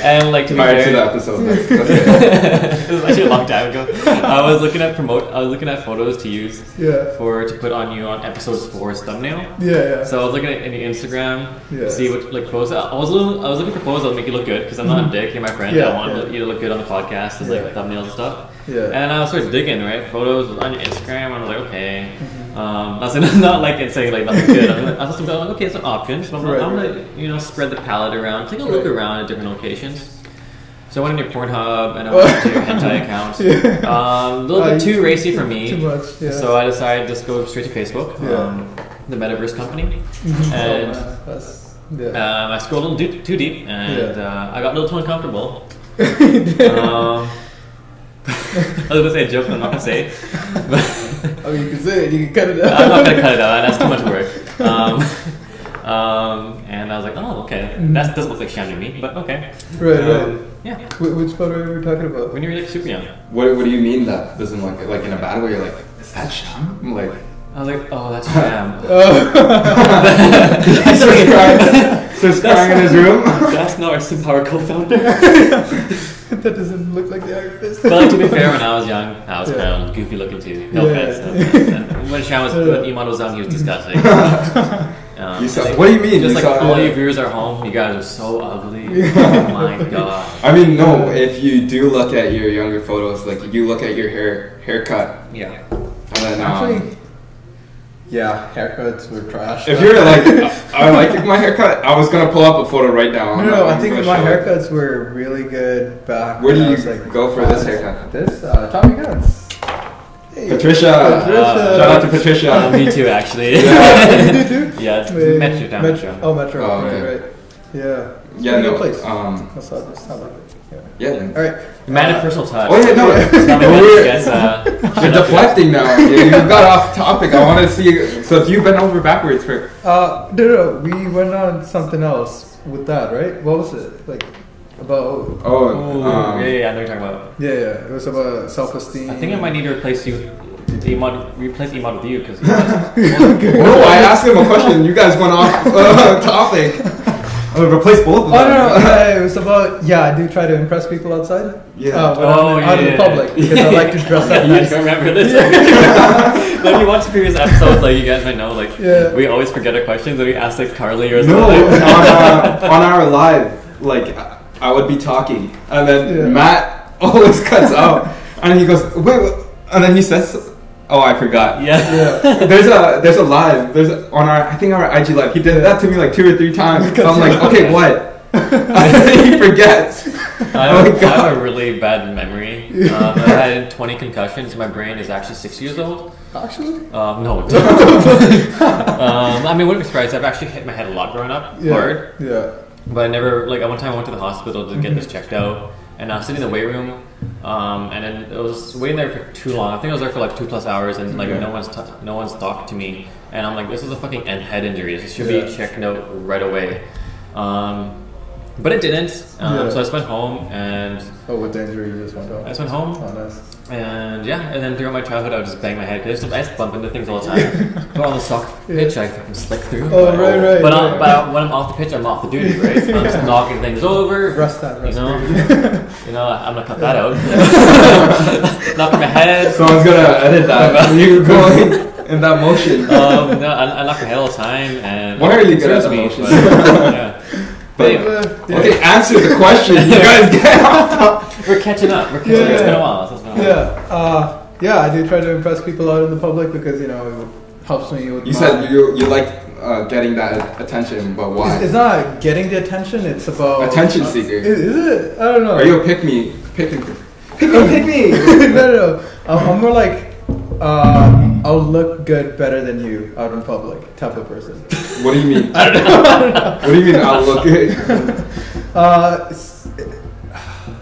A: and like to be
C: Prior to
A: fair- (laughs)
C: the episode,
B: (laughs)
C: that's, that's it.
A: it (laughs) was actually a long time ago. I was looking at promote. I was looking at photos to use
B: yeah.
A: for to put on you on episodes four's thumbnail.
B: Yeah, yeah.
A: So I was looking at any Instagram
B: Yeah.
A: to see what like photos. I was looking, I was looking for photos that would make you look good because I'm not a dick. You're my friend. I
B: Mm-hmm. Yeah,
A: want
B: yeah.
A: you to look good on the podcast and
B: Yeah.
A: like thumbnails and stuff.
B: Yeah.
A: And then I was sort of digging right photos on your Instagram. I was like, okay.
B: Mm-hmm.
A: Um, not saying (laughs) not like it saying like nothing good. I'm like, I was just like, okay, it's an option. So I'm,
B: Right,
A: I'm
B: right.
A: gonna you know spread the palette around, take a look
B: Right.
A: around at different locations. So I went on your Pornhub
B: (laughs)
A: and I went to your hentai account. Um, a little
B: Uh,
A: bit too racy for me.
B: Too much. Yeah.
A: So I decided to just go straight to Facebook,
B: Yeah.
A: um, the Metaverse company,
B: Mhm.
A: and
B: (laughs) Oh, man, that's, yeah. (laughs)
A: um, I scrolled a little too, too deep, and
B: Yeah.
A: uh, I got a little too uncomfortable. um, (laughs) I was gonna say a joke, but I'm not gonna say. it.
B: (laughs)
A: But
B: oh, you can say it. You can cut it out.
A: I'm not gonna cut it out. That's too much
B: (laughs)
A: work. Um, um, and I was like, oh, okay, that doesn't look like sham to me, but okay.
B: Mm-hmm. Right,
A: Um,
B: right.
A: Yeah,
B: Wh- which photo are we talking about?
A: when you're like super young,
C: What, what do you mean that doesn't look like in a bad way? You're like, is that sham? I'm like, (laughs)
A: I was like, oh,
B: (laughs)
A: that's sham.
B: Oh.
C: he's just crying, just crying in his room.
A: that's not our Sim Power co-founder.
B: that doesn't look like the Iron Fist.
A: But like, to be fair, when I was young, I was
B: Yeah.
A: kind of goofy looking too. No
B: Yeah.
A: offense.
B: (laughs)
A: no offense. when Sean was, when Iman was on, he was disgusting. Um,
C: You saw-
A: like-
C: what do you mean?
A: Just
C: You
A: like
C: saw-
A: all your viewers are home, you guys are so
B: (laughs)
A: ugly. oh my god.
C: I mean, no. If you do look at your younger photos, like you look at your hair haircut,
A: Yeah.
C: and then um,
B: Actually, yeah, haircuts were trash.
C: if you're like, I I like my haircut. I was gonna pull up a photo right now.
B: No, (laughs)
C: I'm
B: no,
C: not-
B: I
C: I'm
B: think
C: gonna
B: my
C: show it.
B: haircuts were really good back.
C: Where
B: when
C: do
B: I
C: you
B: was, like,
C: go for this haircut?
B: This uh, Tommy Guns. Hey.
C: Patricia. uh,
B: Patricia.
C: Shout out to Patricia.
A: Uh, (laughs) me too, actually.
B: (laughs)
C: Yeah.
B: you do?
A: (laughs) yeah, it's
B: Wait,
A: Metro Town.
B: Metro.
A: Metro.
B: Oh, Metro.
C: Oh,
B: right,
C: okay.
B: right. Yeah.
C: yeah,
B: Pretty good
C: no.
B: place.
C: Um,
B: That's all- that's not like it. Yeah.
C: yeah. Then.
B: All right.
A: Man
B: Uh,
A: of personal touch.
C: Oh yeah, no.
A: (laughs) It's
B: (laughs)
A: not my
C: no,
A: best
C: we're-
A: guess, uh,
C: You're
A: shout out to-
C: deflecting now. You you got off topic. I want to see. So if you've been over backwards for
B: Uh, no, no, we went on something else with that, right? What was it? Like, about.
C: oh
A: Ooh,
C: um,
A: yeah,
C: (laughs)
A: yeah, I know what you're talking about.
B: Yeah, yeah. It was about self esteem.
A: I think I might need to replace you, Iman, replace Iman with you
B: (laughs)
A: because.
C: (laughs) no, I asked him a question. You guys went off uh, topic. I'm gonna replace both
B: (laughs)
C: of
B: Oh no,
A: (laughs)
C: them.
B: no, no, it was about yeah. I do try to impress people outside.
C: Yeah.
B: Uh, when
A: Oh,
B: I'm out in
A: yeah.
B: public because I like to dress
A: (laughs)
B: up.
A: you
B: nice.
A: guys remember
B: (laughs)
A: this? (laughs) when you watch previous episodes, like you guys might know, like
B: Yeah.
A: we always forget our questions and we ask like Carly or (laughs)
C: No,
A: something.
B: (laughs)
C: on, our, on our live, like I- I would be talking, and then
B: Yeah.
C: Matt (laughs) always cuts out, and he goes, "Wait," what?" and then he says, "Oh, I forgot."
A: yeah.
C: There's a there's a live there's a, on our I think our IG live he did that to me like two or three times. So I'm like, okay, what? (laughs) he forgets.
A: I have,
C: Oh my
A: I have
C: God.
A: a really bad
B: (laughs)
A: memory. Um, I had 20 concussions. My brain is actually six years old.
B: Actually,
A: Um, no. (laughs) it doesn't. um, I mean, wouldn't be surprised. I've actually hit my head a lot growing up,
B: yeah,
A: hard.
B: yeah.
A: But I never like. I one time I went to the hospital to get this
B: Mm-hmm.
A: checked out, and I was sitting in the wait room, um, and then I was waiting there for too long. I think I was there for like two plus hours, and like
C: Yeah.
A: no one's t- no one's talked to me, and I'm like, this is a fucking end head injury. This should
B: Yeah.
A: be checked out right away. Um, but it didn't. Um,
B: Yeah.
A: So I just went home and
B: Oh, what danger you just went
A: I
B: on?
A: just went home. (laughs)
B: Oh, nice.
A: And yeah, and then throughout my childhood, I would just bang my head because I just bump into things all the
B: (laughs)
A: time. but on the sock pitch, I fucking slick through.
B: Oh, right, right,
A: But,
B: right.
A: on, but when I'm off the pitch, I'm off the duty, right? So I'm
B: (laughs)
A: just knocking things over.
B: Rust that, rust (laughs)
A: you know,
B: that.
A: you know, I'm gonna cut that out.
B: (laughs)
A: Knocking my head.
C: Someone's gonna edit that. You're going in that motion.
A: Um, no, I, I knock my head all the time. And
C: Why are you good at
A: Serves me,
C: emotions?
A: but, yeah.
B: (laughs)
C: But-
A: Anyway,
C: Okay, answer the question. You guys get off top.
A: we're catching up. We're catching up. It's been a while. It's been a while.
B: Yeah, uh, yeah. I do try to impress people out in the public because you know it helps me with.
C: You
B: my-
C: said you you like uh, getting that attention, but why?
B: It's, it's not getting the attention. It's about
C: Attention
B: uh,
C: seeker.
B: Is, is it? I don't know.
C: Are you a pick me? Pick me.
B: pick me? Pick me? (laughs) no, no, no. I'm, I'm more like uh, I'll look good better than you out in public type of person.
C: What do you
A: (laughs)
C: mean? I don't know. What do you mean I'll look good?
B: Uh, it's,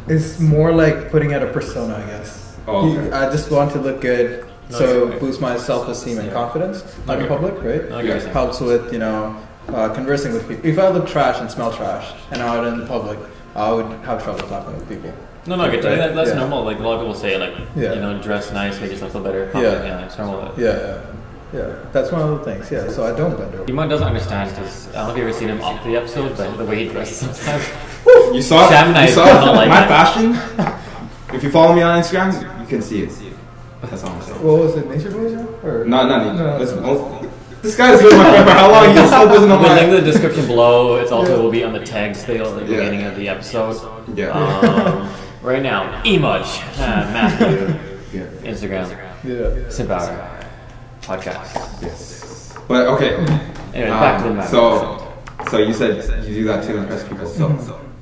B: it's more like putting out a persona, I guess.
C: Oh, okay.
B: You- I just want to look good,
A: Nice.
B: so boost my self-esteem and
A: Yeah.
B: confidence out in
A: Okay.
B: public, right?
A: I
C: Yeah.
A: guess. Yeah.
B: helps with you know uh, conversing with people. If I look trash and smell trash and out in the public, I would have trouble talking with people.
A: No, no, I get you.
B: Right?
A: That, that's
B: Yeah.
A: normal. Like a lot of people say, like
B: Yeah.
A: you know, dress nice, make yourself feel better.
B: Yeah.
A: yeah it's normal.
B: Yeah, yeah, yeah. That's one of the things. Yeah, so I don't bend over.
A: Iman doesn't understand because I don't know if you've ever seen him off the episode, but the way he dresses sometimes.
C: You saw
A: Sam
C: you
A: Knight,
C: saw
A: I don't
C: my
A: like that.
C: fashion. If you follow me on Instagram, you can see it. That's all I'm saying.
B: What was it, Nature Boy? now, Or
C: No, no, no.
B: No.
C: Let's- let's- This guy's been my friend for how long? He still doesn't know
A: We'll link
C: my.
A: the description below. It's also
B: Yeah.
A: will be on the tags they at the
C: Yeah.
A: beginning of the episode.
C: Yeah.
A: Um, right now, Emudge, uh, Matthew,
C: Yeah.
A: Instagram,
B: Yeah.
A: Simpower, podcast.
C: Yes. But okay.
A: Anyway, back to the
C: Um,
A: matter. Mm-hmm.
C: so, so you said you do that to impress people. So,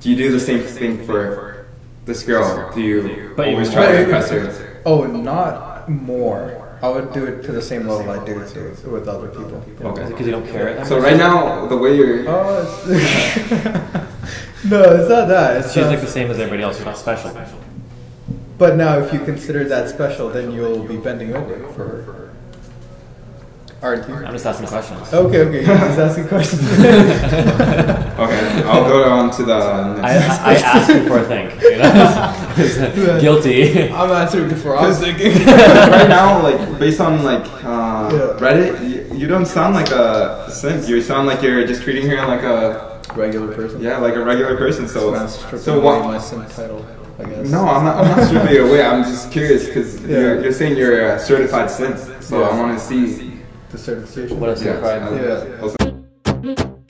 C: do you do the same thing for this girl? Do you
A: But you-
C: always try to
B: But-
C: impress her?
B: Oh, not more. I would do it to the same level I do it to with other people.
C: Okay.
A: because you don't care. that
C: So
A: much?
C: right now, the way you're,
B: Oh, it's (laughs) no, it's not that. It's
A: she's
B: uh,
A: like the same as everybody else. She's not special.
B: But now, if you consider that special, then you'll be bending over for. Aren't
A: I'm
B: you?
A: just asking questions.
B: Okay, okay. He's
A: (laughs)
B: asking
C: (laughs)
B: questions.
C: okay, I'll go on to the
A: I,
C: next.
A: I, I asked (laughs) before I think. You
C: (laughs)
A: know? (laughs) Guilty.
B: I'm answering before I was thinking.
C: right now, like based on like uh,
B: Yeah.
C: Reddit, you, you don't sound like a simp. You sound like you're just treating her like a
B: (laughs) Regular person.
C: yeah, like a regular person. So
B: I'm stripping
C: so
B: away
C: what?
B: my sim title, I guess.
C: No, I'm not. I'm not stripping away. I'm just curious because
B: Yeah.
C: you're, you're saying you're a certified simp. So I want to see.
B: The certification.
A: What a
C: Yeah.
A: surprise.
B: Yeah.
C: Also-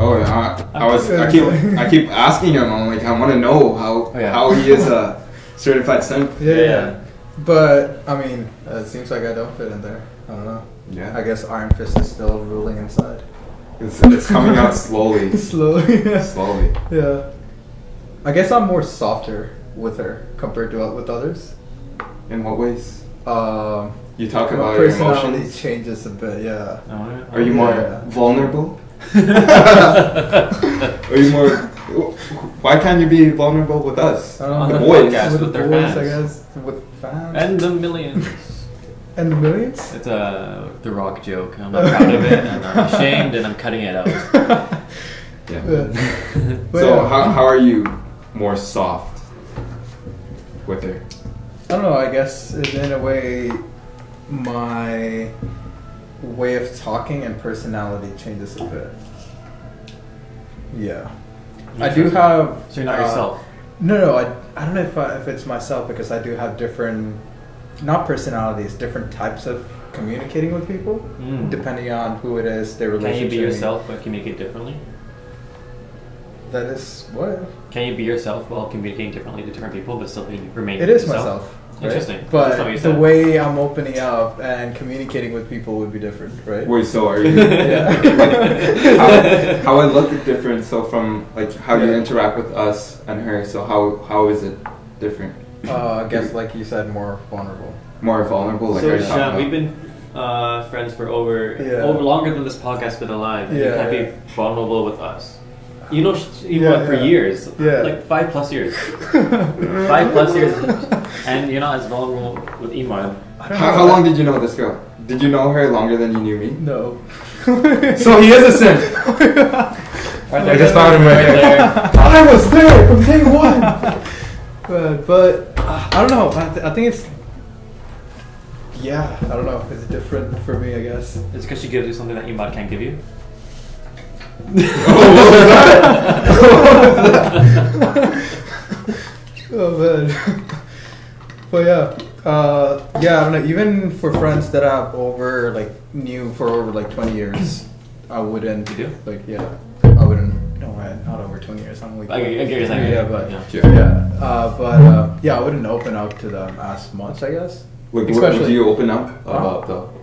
C: Oh, I, I was. I keep. I keep asking him. I'm like, I want to know how
A: Oh, yeah.
C: how he is a certified simp.
B: Yeah,
A: Yeah.
B: yeah. But I mean, uh, it seems like I don't fit in there. I don't know.
C: Yeah.
B: I guess Iron Fist is still ruling
C: (laughs)
B: inside.
C: It's, it's coming out slowly.
B: Slowly.
C: Slowly.
B: (laughs) yeah. I guess I'm more softer with her compared to uh, with others.
C: In what ways?
B: Um,
C: You talk
B: my
C: about your
B: personality
C: emotions.
B: changes a bit. Yeah.
A: Alright.
C: Are you more
A: (laughs)
C: (laughs)
B: Yeah. (laughs)
C: vulnerable? Are you more? Why can't you be vulnerable with us?
B: I don't know.
A: On the
C: the boys.
A: podcast.
B: with,
A: with
B: the
A: their
B: boys, I
A: fans.
B: guess. With fans.
A: And the millions.
B: and the millions.
A: (laughs) It's a The Rock joke. I'm not proud of it, and I'm
B: (laughs)
A: ashamed, and I'm cutting it out.
C: Yeah. (laughs)
B: Yeah. But
C: So
B: yeah.
C: how, how are you more soft with her?
B: I don't know. I guess in a way, my way of talking and personality changes a bit. Yeah. I do
A: Interesting.
B: have.
A: So you're not
B: uh,
A: yourself.
B: No, no, I, I don't know if, I, if it's myself because I do have different, not personalities, different types of communicating with people,
A: Mm.
B: depending on who it is, their
A: Can
B: relationship.
A: you be
B: to me.
A: yourself but communicate differently?
B: That is what?
A: Can you be yourself while communicating differently to different people but still be- remain
B: It is
A: yourself?
B: myself. right?
A: Interesting. That's not what
B: But
A: you
B: the
A: said.
B: way I'm opening up and communicating with people would be different, right?
C: Wait, so (laughs) are you?
B: Yeah.
C: how, how I look is different. So from like how you
B: Yeah.
C: interact with us and her. So how how is it different?
B: Uh, I guess, like you said, more vulnerable.
C: More vulnerable. Oh, Like
A: so,
C: are you talking
A: Shan,
C: about?
A: we've been uh, friends for over
B: Yeah.
A: over longer than this podcast been alive. and you
B: Yeah,
A: can't
B: yeah.
A: be vulnerable with us. You know, sh- you
B: Yeah,
A: went for
B: yeah.
A: years,
B: Yeah.
A: like five plus
B: (laughs)
A: years, five plus years, and you're not as vulnerable with Iman.
B: I don't
C: How,
B: know
C: how
B: that-
C: long did you know this girl? Did you know her longer than you knew me?
B: No.
C: (laughs) So he is a simp. I just found him right
A: there.
C: here. I was there from day one.
B: (laughs) But, but uh, I don't know. I, th- I think it's. Yeah, I don't know. It's different for me, I guess.
A: It's because she gives you something that Iman can't give
B: (laughs)
A: you.
B: Oh man. (laughs) but yeah, uh, yeah. I don't know. Even for friends that I've over like knew for over like twenty years, I wouldn't.
A: You do?
B: Like yeah, I wouldn't. No, man, not over twenty years. I'm like.
A: I get- I get what you're saying.
B: Yeah, but
A: Yeah.
B: yeah, yeah. Uh, but uh, yeah, I wouldn't open up to them as much. I guess.
C: Like, what would
B: Especially- Uh-huh.
C: you open up about though?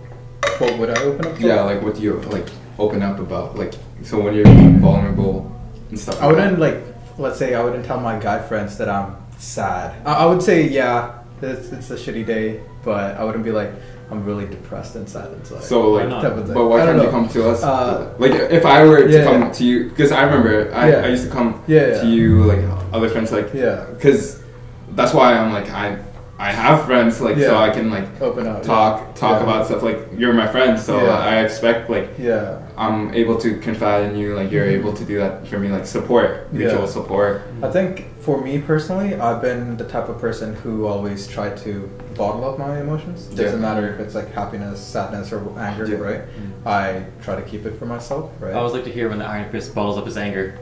B: What would I open up? To?
C: Yeah, like what do you like open up about? Like so when you're being vulnerable and stuff.
B: I
C: like
B: wouldn't
C: that.
B: like. Let's say I wouldn't tell my guy friends that I'm sad. I, I would say yeah, it's, it's a shitty day, but I wouldn't be like I'm really depressed and sad. It's like
C: So
A: Why
C: like,
A: not?
B: type of thing.
C: but why
B: I don't
C: can't
B: know.
C: you come to us?
B: Uh,
C: like if I were
B: yeah,
C: to come
B: yeah.
C: to you, because I remember I,
B: Yeah.
C: I used to come
B: Yeah, yeah.
C: to you like other friends like
B: Yeah.
C: because that's why I'm like I I have friends like so
B: Yeah.
C: I can like
B: Open up.
C: talk talk
B: Yeah.
C: about stuff like you're my friend so
B: Yeah.
C: I expect like
B: Yeah.
C: I'm able to confide in you like you're able to do that for me like support mutual
B: Mm-hmm. Yeah. (laughs)
C: support
B: I think for me personally, I've been the type of person who always try to bottle up my emotions. Doesn't
C: Yeah.
B: matter if it's like happiness, sadness, or anger,
C: Yeah. Mm-hmm.
B: right? I try to keep it for myself, right?
A: I always like to hear when the Iron Fist bottles up his anger.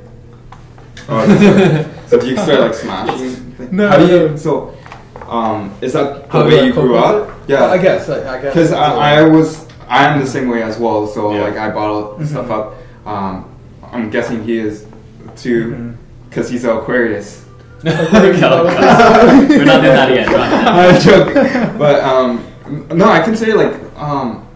C: Oh, that's right. so do you start like smashing?
B: No,
C: How do you,
B: no.
C: So, um, is that the
B: How do
C: way
B: I
C: you
B: cope
C: grew
B: with
C: up?
B: it? I guess. I, I guess.
C: Because I, I was, I am the same way as well. So
A: Yeah.
C: like I bottle
B: Mhm.
C: stuff up. Um, I'm guessing he is too,
B: Mm-hmm.
C: because he's an Aquarius.
A: No,
B: (laughs)
A: (laughs) we're not doing that yet. we're not doing
C: (laughs)
A: that.
C: I'm joking. But um, no, I can say like um,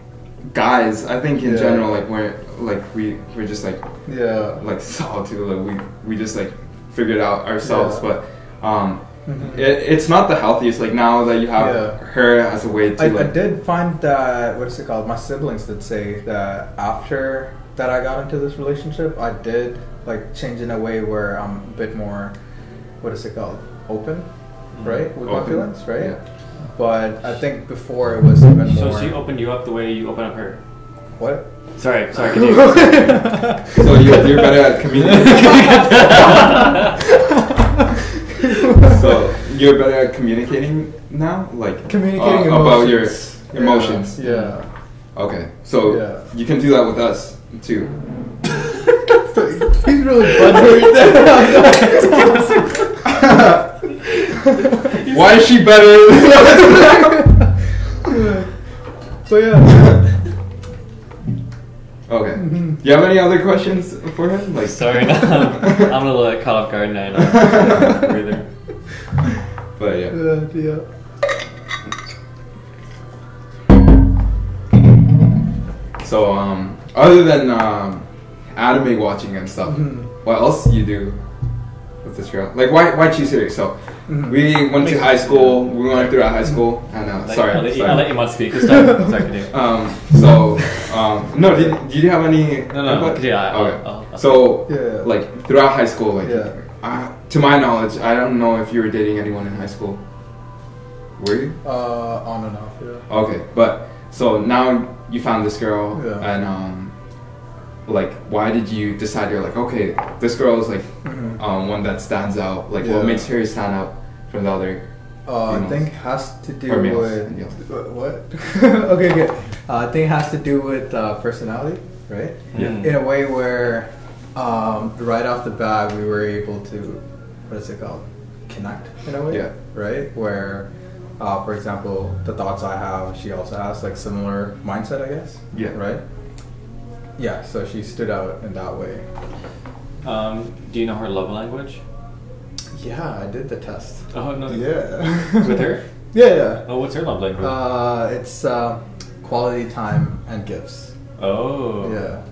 C: guys. I think in
B: Yeah.
C: general, like we're like we we're just like
B: Yeah.
C: like solitude. Like we we just like figured out ourselves.
B: Yeah.
C: But um,
B: Mhm.
C: it, it's not the healthiest. Like now that you have
B: Yeah.
C: her as a way to
B: I, I
C: like
B: did find that what is it called? My siblings did say that after that I got into this relationship, I did like change in a way where I'm a bit more what is it called? Open, right? With my
C: Mm-hmm. Open,
B: feelings, right?
C: yeah.
B: But I think before it was even more.
A: So she opened you up the way you open up her.
B: what?
A: Sorry,
B: (laughs)
A: sorry. continue.
C: So you, you're
A: (laughs)
C: better at communicating. so you're better at communicating now, like
B: Communicating
C: uh, about your
B: emotions. Yeah,
C: emotions. Mm-hmm.
B: Yeah.
C: Okay. So
B: Yeah.
C: you can do that with us too.
B: He's really buzzing.
C: Why is she better?
B: so yeah.
C: okay.
B: Mm-hmm.
C: Do you have any other questions for him? Like
A: Sorry, (laughs) no, I'm, I'm a little caught off guard now. I'm breathing.
C: But yeah.
B: yeah, yeah.
C: So um, other than um, anime watching and stuff,
B: Mhm.
C: what else do you do with this girl? Like, why why choose her? So
B: Mhm.
C: we went to high school. We went through
B: Mm-hmm.
C: high school. I know.
A: Like,
C: sorry.
A: I'll let, you-
C: sorry.
A: I'll let Iman
C: (laughs)
A: speak. This time. Sorry, continue.
C: Um. So, um. No. Did, did you have any?
A: No, no, no,
C: input?
A: yeah, I- I'll-
C: okay.
A: I'll- I'll-
C: so,
B: Yeah.
C: like throughout high school, like,
B: Yeah.
C: I, to my knowledge, I don't know if you were dating anyone in high school. Were you?
B: Uh, on and off. Yeah.
C: Okay. But so now you found this girl,
B: Yeah.
C: and um, like, why did you decide you're like, okay, this girl is like,
B: Mhm.
C: um, one that stands out. Like, what
B: Yeah.
C: makes her stand out from the other?
B: Uh, I
C: females?
B: think has to do
C: Or males,
B: with
C: yeah.
B: uh, what? (laughs) okay, okay. Uh, I think it has to do with uh, personality, right?
C: Yeah.
A: Mm.
B: In a way where, um, right off the bat, we were able to, what is it called, connect in a way,
C: Yeah.
B: right? Where, uh, for example, the thoughts I have, she also has like similar mindset, I guess.
C: Yeah.
B: Right. Yeah. So she stood out in that way.
A: Um, do you know her love language?
B: Yeah, I did the test.
A: Oh no.
B: Yeah.
A: With her?
B: (laughs) Yeah.
A: Oh, what's her love language?
B: Uh, it's uh, quality time and gifts.
A: oh.
B: Yeah.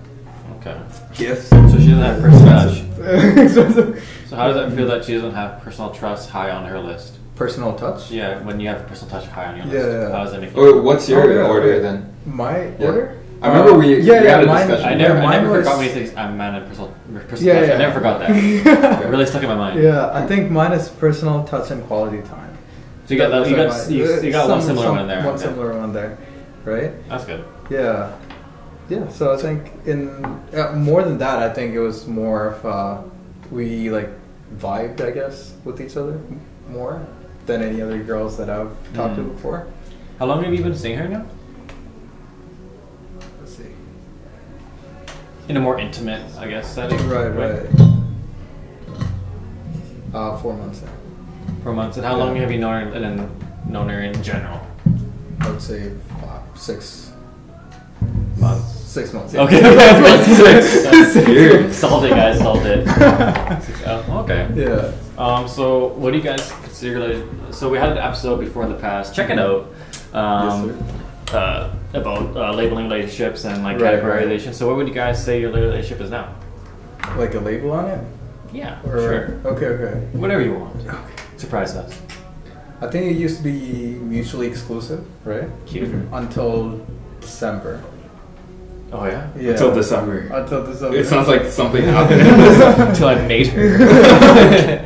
A: Okay.
C: Gifts.
A: So she doesn't have
B: (laughs)
A: personal.
B: Expensive.
A: So how does that feel that she doesn't have personal trust high on her list?
B: Personal touch.
A: Yeah, when you have personal touch high on your list,
B: Yeah, yeah.
A: how does that make you?
C: Or what's your
B: Oh, yeah,
C: order
B: okay.
C: then?
B: My
C: Yeah.
B: order.
C: I remember
B: Uh,
C: we-
B: yeah
C: we
B: yeah
C: had a
B: mine,
C: discussion.
A: I never,
B: yeah,
A: I
B: mine
A: never
B: was,
A: forgot many things. I'm mad at personal, personal
B: Yeah,
A: touch.
B: yeah.
A: I never forgot that.
B: (laughs)
A: It really stuck in my mind.
B: yeah, I think mine is personal touch and quality time.
A: So you got that, you got
B: Sorry,
A: you,
B: my-
A: you got one
B: some-
A: similar
B: some-
A: one in there.
B: One
A: Okay.
B: similar one there, right?
A: That's good.
B: Yeah, yeah. So I think in uh, more than that, I think it was more of uh, we like vibed, I guess, with each other more than any other girls that I've talked to
A: Mm.
B: before.
A: How long have you been seeing her now?
B: Let's see.
A: In a more intimate, I guess, setting.
B: Right,
A: way?
B: right. Uh, four months now.
A: For months. And how
B: Yeah.
A: long have you known her and then known her in general?
B: I would say uh, six,
A: Months.
B: six months.
A: Okay. (laughs)
B: (laughs)
C: Years.
A: solved it, guys. Solved it. Oh, okay.
B: Yeah.
A: Um, so, what do you guys consider? like- So, we had an episode before in the past. Check it out. Um, uh, about uh, labeling relationships and like
B: Right,
A: category
B: right.
A: relations. So, what would you guys say your relationship is now?
B: Like a label on it?
A: Yeah,
B: Or,
A: sure.
B: Okay, okay.
A: Whatever you want. Surprise us.
B: I think it used to be mutually exclusive, right?
A: Cute.
B: Mm-hmm. Until December.
A: Oh yeah.
B: Yeah.
C: Until December.
B: Until December.
C: It sounds like something happened.
A: (laughs) Until I made
C: (laughs)
A: her.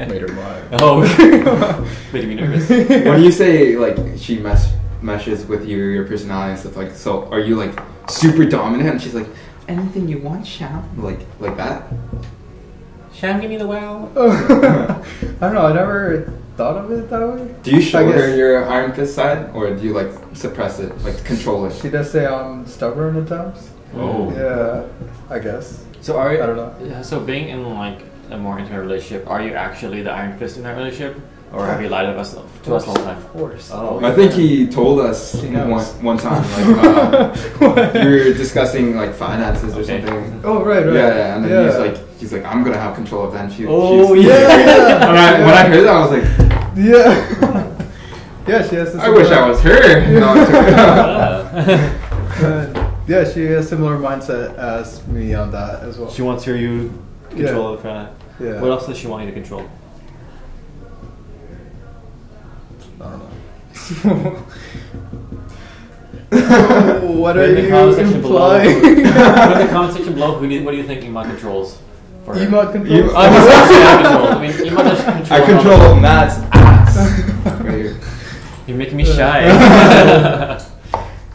B: Made her mine.
A: (laughs) Oh, made me nervous.
C: when
B: (laughs)
C: you say like she mesh meshes with you, your personality and stuff like, so are you like super dominant? And she's like, anything you want, Sham. Like like that.
A: Sham, give me the wow.
B: Oh. I don't know. I never thought of it that way.
C: Do you
B: I
C: show
B: guess-
C: her your iron fist side, or do you like suppress it, like control it?
B: She does say I'm stubborn at times.
A: Oh.
B: Yeah, I guess.
A: So are
B: I don't know.
A: Yeah, So being in like a more intimate relationship, are you actually the iron fist in that relationship, or have you lied to us to us the whole time?
B: Of course.
A: Oh.
C: I think he told us
B: He
C: one,
B: knows.
C: one time, like,
B: (laughs)
C: uh, you were discussing like finances or
A: Okay.
C: something.
B: Oh right, right.
C: Yeah, yeah, and then he's
B: Yeah.
C: like, he's like, I'm gonna have control of that. And she,
A: Oh,
C: she's,
B: yeah.
C: (laughs) when, I, when I heard that, I was like,
B: Yeah. (laughs) yeah, she has. A
C: I wish
B: similar-
C: I was her. (laughs) No, it's
A: (laughs)
C: her.
A: Yeah.
C: (laughs)
B: Uh, (laughs) yeah, she has similar mindset as me on that as well.
A: she wants her you control
B: Yeah.
A: of Prana.
B: Yeah.
A: What else does she want you to control?
B: I don't know. what are
A: Put in the
B: you
A: comment section below.
B: implying?
A: Put in the comment section below. Who do you, what do you think Emot controls? For her?
B: Emote controls.
C: (laughs) You-
A: Oh, I'm sorry, I control. I mean, Emot doesn't control.
C: I control Matt's
B: (laughs)
C: ass. (laughs) Right here.
A: You're making me (laughs) shy.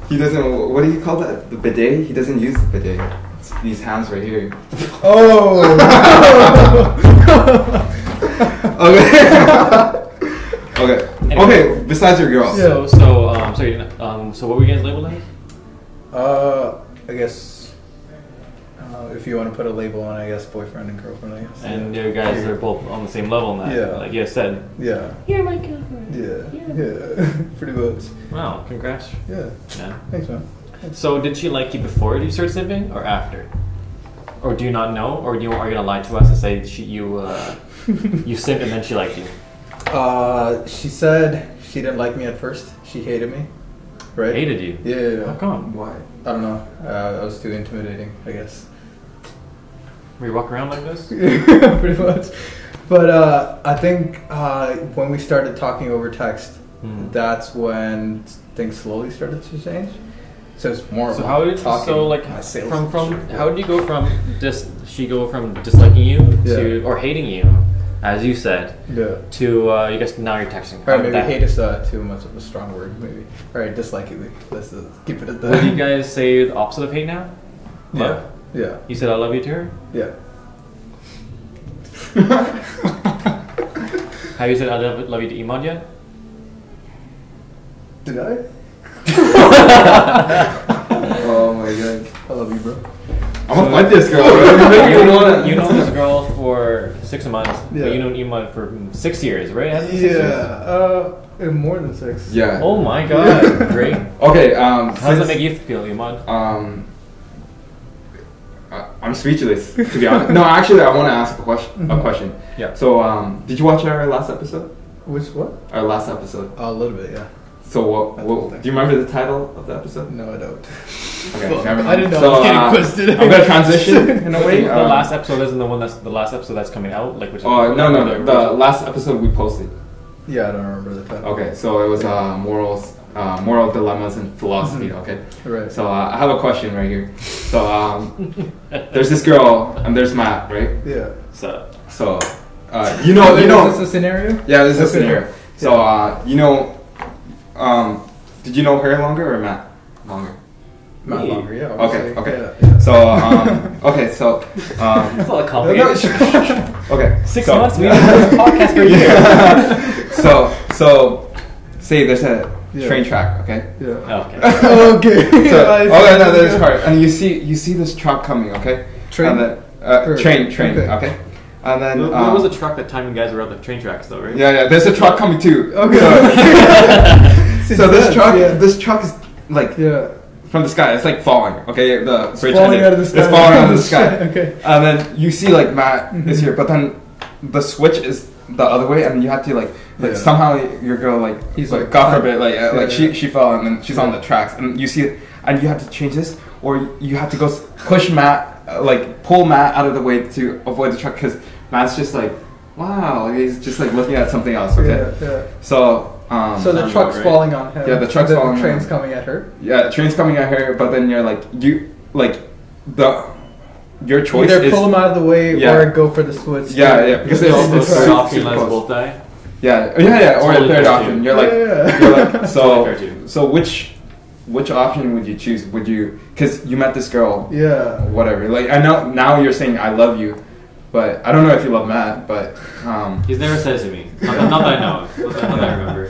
C: He doesn't. What do you call that? The bidet. He doesn't use the bidet. It's these hands right here. (laughs)
B: oh. (laughs)
C: Okay. (laughs) okay.
A: Anyway.
C: Okay. Besides your girl.
B: Yeah.
A: so, so, um, so, you um, so, what were you guys labeled as?
B: uh, I guess uh, if you want to put a label on, I guess boyfriend and girlfriend. I guess.
A: And you guys are both on the same level now.
B: Yeah.
A: Like you guys said.
B: Yeah.
E: You're my girlfriend.
B: Yeah.
E: Yeah.
B: Yeah. (laughs) Pretty much.
A: Wow, congrats.
B: Yeah.
A: Yeah.
B: Thanks, man.
A: So did she like you before you started simping or after? Or do you not know? Or do you are you gonna lie to us and say she you uh, you simped and then she liked you?
B: Uh, she said she didn't like me at first. She hated me. Right?
A: Hated you.
B: Yeah, yeah, yeah.
A: How come?
C: Why?
B: I don't know. Uh, I was too intimidating, I guess.
A: Were you walking around like this?
B: Pretty much. But uh, I think uh, when we started talking over text,
A: Hmm.
B: that's when things slowly started to change. So it's more.
A: So
B: about
A: how did
B: talking.
A: so like
B: My sales
A: from from
B: pitch.
A: how did you go from dis she go from disliking you to or hating you, as you said,
B: Yeah.
A: to uh, you guys now you're texting.
B: All
A: her.
B: right, maybe hate is uh, too much of a strong word. Maybe. All right, dislike it. Let's uh, keep it at that.
A: (laughs) Would you guys say the opposite of hate now? Love.
B: (laughs) yeah. Yeah.
A: You said I love you to her.
B: (laughs) Yeah.
A: Have you said I love, love you to Imad yet?
B: Did I? (laughs) Oh my god, I love you, bro.
C: I'm gonna fight this girl.
B: (laughs)
C: bro.
A: (laughs) you
C: (laughs)
A: know, you know this girl for six months.
B: Yeah.
A: But you know Iman for six years, right? Hasn't it been
B: Yeah,
A: six years?
B: uh, eh, more than six.
C: Yeah.
A: Oh my god, great.
B: (laughs) Oh,
C: Okay. Um.
A: How does that
C: since-
A: make you feel, Iman?
C: Um, I, I'm speechless to be honest. No, actually, I want to ask a question.
B: Mm-hmm.
C: A question.
A: Yeah.
C: So, um, did you watch our last episode?
B: Which what?
C: Our last episode.
B: a little bit, yeah.
C: So, what? what do you remember the title of the episode?
B: No, I don't.
C: Okay,
B: Fuck,
C: never mind.
B: I didn't know
C: So,
B: I was getting
C: uh,
B: questioned.
C: I'm
B: (laughs)
C: gonna transition in a way.
A: the
C: um,
A: last episode isn't the one that's the last episode that's coming out, like which is
C: Oh no no no! The
A: original.
C: last episode we posted.
B: Yeah, I don't remember the title.
C: uh, Okay, so it was uh, morals, uh, moral dilemmas, and philosophy. Okay.
B: Mm-hmm. Right.
C: So uh, I have a question right here. So
A: (laughs)
B: (laughs)
C: um, there's this girl and there's Matt, right?
B: Yeah.
A: So
C: So, uh, you know, you know,
B: Is this a scenario?
C: yeah, this is a
B: Okay.
C: scenario. So, uh, you know, um, did you know her longer or Matt longer?
B: Not
A: Yeah.
B: longer, yeah.
C: Okay,
B: obviously,
C: okay.
B: Yeah, yeah.
C: So, um, okay, so,
A: that's (laughs)
C: (laughs) um,
A: a lot
B: No, no,
A: complicated.
B: sure.
C: okay,
A: Six
C: so, (laughs)
A: months. We have a podcast for a year.
C: Yeah. (laughs) so, so, say there's a
B: Yeah.
C: train track, okay.
B: yeah.
A: Oh,
B: (laughs)
A: Okay.
B: Oh, okay.
C: (laughs) So,
B: (laughs) I see.
C: okay, no, there's a car, and you see, you see this truck coming, okay.
B: Train?
C: And then, uh,
B: Or-
C: train, train, okay.
B: okay.
C: And then,
A: What
C: um,
A: was the truck that time you guys were on the train tracks though, right?
C: Yeah, yeah. There's a truck coming too.
B: Okay. (laughs)
C: (laughs) So, so this
B: Since
C: truck,
B: then, yeah.
C: this truck is like
B: Yeah.
C: from the sky. It's like falling. Okay, the bridge
B: falling
C: ended.
B: out of the sky.
C: It's falling
B: (laughs)
C: out of the sky.
B: Okay.
C: And then you see like Matt is
B: Mhm.
C: here, but then the switch is the other way, and you have to like like
B: Yeah.
C: somehow your girl like
B: He's
C: like
B: like-
C: God forbid like uh, like
B: Yeah.
C: she she fell and then she's on the tracks, and you see it, and you have to change this, or you have to go s- push Matt uh, like pull Matt out of the way to avoid the truck because Matt's just like wow, he's just like looking at something else. Okay.
B: Yeah, yeah.
C: So, um,
B: So the
A: Sounds about
B: truck's
A: right.
B: falling on him.
C: Yeah, the truck's
B: and then
C: falling on
B: The train's
C: him.
B: coming at her.
C: yeah, the train's coming at her, but then you're like, you like the your choice
B: Either
C: is
B: pull him out of the way
C: Yeah.
B: or go for the switch.
C: Yeah, yeah, because
A: They
C: it's-
A: also
C: it's
A: start
C: super-
A: off, you
C: super
A: guys
C: close.
A: both die.
C: yeah, yeah, yeah, or
A: Totally
C: a third
A: fair
C: option.
A: too.
C: You're like,
B: Yeah.
C: you're
B: (laughs)
A: Totally
C: like,
A: fair
C: so,
A: too.
C: so which which option would you choose? Would you because you met this girl,
B: Yeah.
C: whatever. Like I know now you're saying I love you, but I don't know if you love Matt, but um,
A: He's never said it to me. Not that, not that I know. of. Not
C: (laughs)
A: that, not that I remember.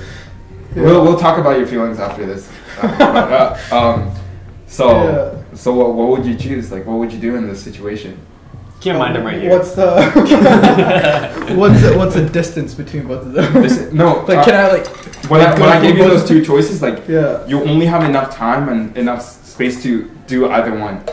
C: We'll, we'll talk about your feelings after this. Uh, um,
B: (laughs)
C: so so what, what would you choose? Like what would you do in this situation?
A: Can't mind him right here.
B: What's the (laughs) what's the, what's the distance between both of them?
C: This- no,
B: (laughs) like
C: uh,
B: can I like
C: When I,
B: like,
C: when
B: go
C: I
B: for
C: gave you
B: both-
C: those two choices, like
B: Yeah.
C: you only have enough time and enough s- space to do either one.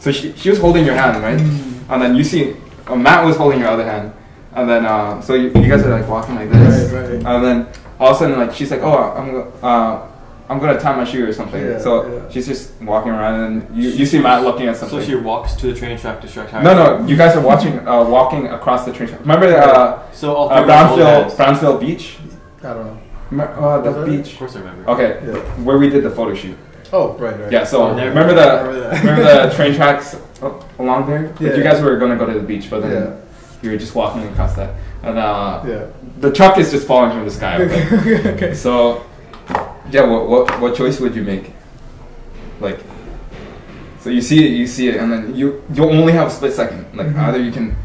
C: So she, she was holding your hand, right?
B: Mm.
C: And then you see uh, Matt was holding your other hand, and then uh, so you, you guys are like walking like this,
B: Right, right.
C: and then all of a sudden like she's like, oh, I'm go- uh, I'm gonna tie my shoe or something.
B: Yeah,
C: so
B: yeah.
C: she's just walking around, and you, you see Matt looking at something.
A: so she walks to the train track to strike higher.
C: no, no, you guys are watching, uh, walking across the train. track. Remember uh,
A: So all three
C: uh,
A: of us hold
C: Brownsville,
A: hands.
C: Brownsville Beach?
B: I don't know.
C: Me- Uh, the
B: Was it?
C: beach.
A: Of course I remember.
C: Okay,
B: Yeah.
C: where we did the photo shoot.
B: Oh, right, right.
C: Yeah, so
A: Oh, there.
C: remember the
B: Remember that. (laughs)
C: remember the train tracks a- along there? But You
B: Yeah.
C: guys were gonna go to the beach, but then
B: Yeah.
C: you were just walking across that, and uh,
B: Yeah.
C: the truck is just falling from
B: (laughs)
C: the sky. Okay.
B: okay. okay.
C: so, yeah, what, what what choice would you make? Like, so you see it, you see it, and then you you only have a split second. Like
B: Mhm.
C: either you can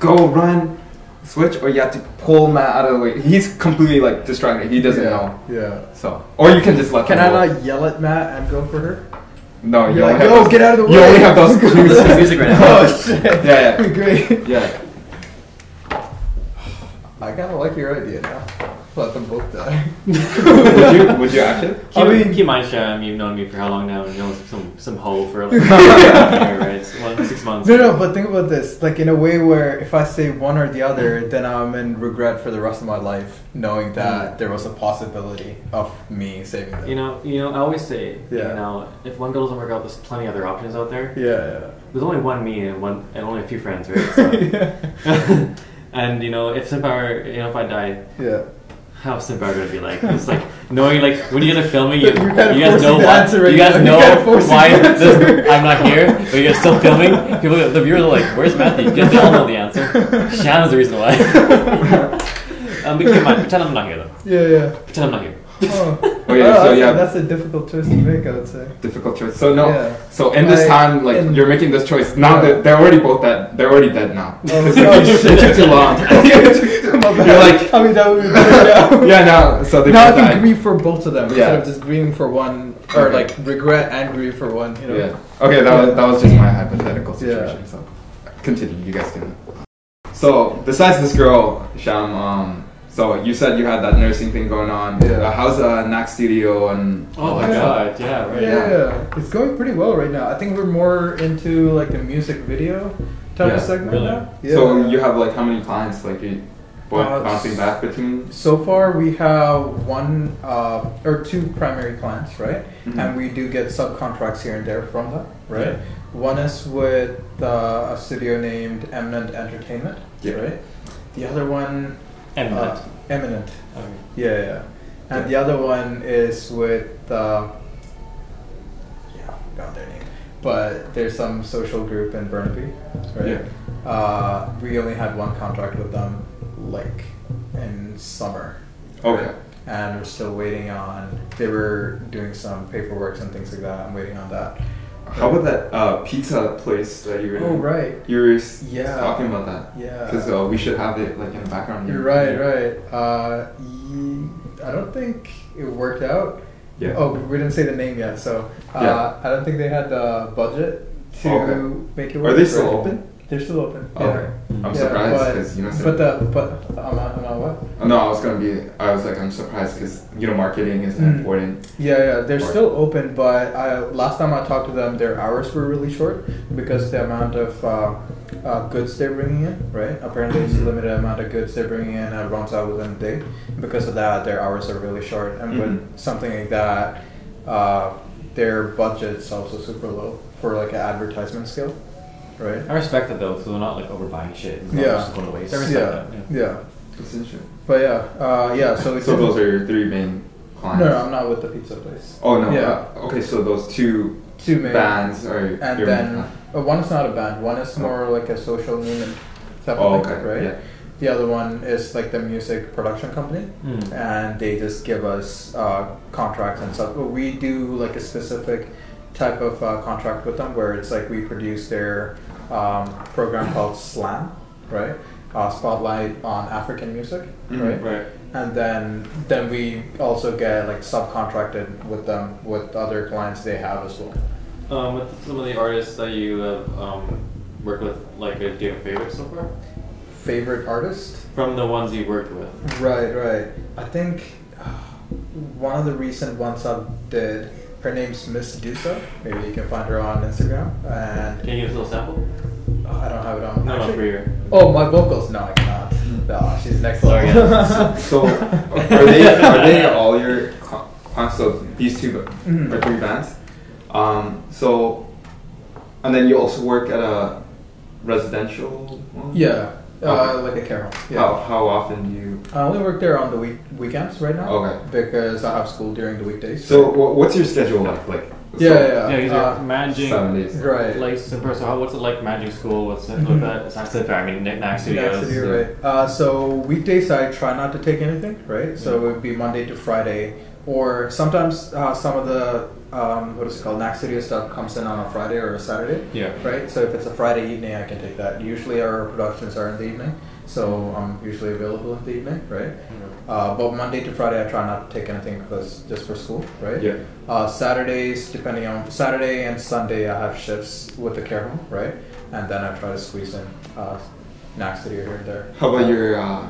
C: go run, switch, or you have to pull Matt out of the way. He's completely like distracted. He doesn't
B: yeah.
C: know.
B: Yeah.
C: So, or you can just let.
B: Can
C: him
B: I
C: go.
B: not yell at Matt and go for her?
C: No, Oh, you
B: You're
C: only
B: like,
C: have
B: "Yo,
C: those-
B: get out of the
C: You
B: way."
C: only have
B: (laughs)
C: those two.
A: This is music right
C: (laughs)
A: now.
B: Oh shit.
C: Yeah, yeah.
B: (laughs) Great.
C: Yeah.
B: I kind of like your idea now. Let them both die.
C: Would you? Would you actually?
A: Keep,
B: I mean-
A: keep in mind, Sham, you've known me for how long now? You know, some some hoe for
B: (laughs)
A: like year, right? It's one, six months.
B: (laughs) No, no, but think about this. Like, in a way where if I say one or the other, then I'm in regret for the rest of my life, knowing that there was a possibility of me saving them.
A: you know, you know. I always say,
B: Yeah.
A: you know, if one girl doesn't work out, there's plenty other options out there.
B: Yeah,
A: There's only one me and one and only a few friends, right?
B: (laughs)
A: So,
B: yeah.
A: (laughs) and you know, if Simpower, you know, if I die,
B: yeah.
A: How's Simba gonna be like? It's like knowing like when you guys are filming,
B: (laughs)
A: you, you,
B: You're kinda
A: guys know
B: forcing the
A: why
B: answer right
A: you
B: now.
A: guys
B: You're
A: know
B: kinda forcing
A: why
B: the
A: this,
B: (laughs) answer.
A: I'm not here, but you guys still filming. People, the viewers are like, "Where's Matthew?" You guys all know the answer. Shannon's the reason why. (laughs) um, but keep in mind, pretend I'm not here though.
B: Yeah, yeah.
A: Pretend I'm not here.
B: (laughs) Oh,
C: (laughs) Oh, yeah, so
B: that's,
C: yeah.
B: that's a difficult choice to make, I would say.
C: Difficult choice. So no.
B: Yeah.
C: So in this
B: I-
C: time, like
B: in-
C: you're making this choice
B: Yeah.
C: now. (laughs) That they're already both dead. They're already dead now.
B: (laughs) Oh,
C: It took too long.
B: my
C: You're like,
B: I mean, that would be better now.
C: (laughs) (laughs) yeah, now so they
B: now I
C: both
B: can
C: died.
B: grieve for both of them
C: Yeah.
B: instead of just grieving for one or
C: Okay.
B: like regret and grieve for one. You know.
C: Yeah. Okay, that was, that was just my hypothetical situation.
B: Yeah.
C: So, continue. You guys can. So, besides this girl, Sham, um, so you said you had that nursing thing going on.
B: Yeah.
C: Uh, how's uh, Knack Studio and.
D: Oh my
B: Yeah.
D: god, yeah, right.
B: Yeah, it's going pretty well right now. I think we're more into like the music video type
C: Yeah,
B: of segment
D: really.
B: now.
C: So, you have like how many clients? Like, you bo-
B: Uh,
C: bouncing back between.
B: So far, we have one uh, or two primary clients, right?
C: Mhm.
B: And we do get subcontracts here and there from them, right? One is with uh, a studio named Eminent Entertainment,
C: Yeah.
B: right? The other one,
D: And
B: uh, Eminent,
D: okay.
B: yeah, yeah. And the other one is with, uh, yeah, I forgot their name, but there's some social group in Burnaby, right? Uh, we only had one contract with them, like in summer,
C: Okay.
B: and we're still waiting on. They were doing some paperwork and things like that. I'm waiting on that.
C: How about that uh, pizza place that you were?
B: Oh right,
C: You were s-
B: Yeah.
C: talking about that.
B: yeah.
C: Because uh, we should have it like in the background.
B: You're right, right. Uh, ye- I don't think it worked out.
C: Yeah.
B: Oh, we didn't say the name yet, so uh,
C: Yeah.
B: I don't think they had the budget to
C: Okay.
B: make it
C: Are
B: work.
C: they still
B: right?
C: open?
B: They're still open.
C: Okay.
B: Yeah.
C: I'm
B: Yeah,
C: surprised
B: but-
C: because you know.
B: But the but I'm not, I'm not what?
C: Oh, No, I was gonna be. I was like, I'm surprised because you know marketing is
B: Mm.
C: important.
B: Yeah, yeah, they're
C: Or-
B: still open, but I, last time I talked to them, their hours were really short because the amount of uh, uh, goods they're bringing in, right? Apparently, it's a
C: Mm-hmm.
B: limited amount of goods they're bringing in and it runs out within a day. Because of that, their hours are really short, and
C: Mhm.
B: with something like that, uh, their budget's also super low for like an advertisement skill, right?
D: I respect that though, so they're not like overbuying shit. It's not
B: Yeah.
D: just going to waste. I respect
B: Yeah,
D: that. Yeah.
B: yeah,
C: It's interesting.
B: but yeah, uh, yeah. So, we
C: So
B: can-
C: those are your three main
B: no,
C: clients.
B: no, I'm not with the pizza place.
C: Oh no.
B: Yeah.
C: uh, okay, so those two
B: Two main.
C: bands are
B: and
C: your
B: then
C: main client.
B: uh, one is not a band one is more like a social movement type
C: Oh,
B: of
C: okay.
B: thing, right
C: Yeah.
B: the other one is like the music production company
A: Hmm.
D: Mm.
B: and they just give us uh, contracts and stuff but we do like a specific type of uh, contract with them where it's like we produce their um, program called slam right uh, spotlight on african music right
C: Mhm, Right.
B: and then then we also get like subcontracted with them with other clients they have as well
D: Um, with some of the artists that you have um, worked with, like, uh, do you have favorites so far?
B: favorite artist
D: From the ones you worked with.
B: Right, right. I think uh, one of the recent ones I did. Her name's Miss Dusa. Maybe you can find her on Instagram. And
D: Can you give us a little sample?
B: oh, I don't have it on.
D: No, no,
B: actually-
D: for your.
B: Oh, my vocals. No, I cannot. No, she's next
D: Sorry,
B: level.
D: yeah.
C: Hmm.
B: (laughs)
C: So are they are they all your cl- clients? So these two
B: Mhm.
C: or three bands. Um. So, and then you also work at a residential. one?
B: yeah, uh,
C: Okay. Oh.
B: like a Carol. Yeah.
C: How how often do you?
B: I only work there on the week weekends right now.
C: Okay.
B: Because I have school during the weekdays.
C: So wh- what's your schedule like? Like
B: yeah,
C: so-
B: yeah,
D: yeah,
B: yeah.
D: he's
B: Uh,
D: like managing
C: Seven days.
B: right.
D: lights in person. How, what's it like managing school? What's it
B: Mhm.
D: like that? It's not Slick, I mean, Nick Nack Studios.
B: Next to
C: yeah.
B: you, right. Uh, so weekdays I try not to take anything, right? So it would be Monday to Friday, or sometimes uh, some of the um, what is it called, Nax Studio stuff comes in on a Friday or a Saturday,
D: Yeah.
B: right? So if it's a Friday evening, I can take that. Usually our productions are in the evening, so I'm usually available in the evening, right? Uh, but Monday to Friday, I try not to take anything because just for school, right?
C: Yeah.
B: Uh, Saturdays, depending on Saturday and Sunday, I have shifts with the care home, right? And then I try to squeeze in uh, Nax City here and there.
C: How about your uh,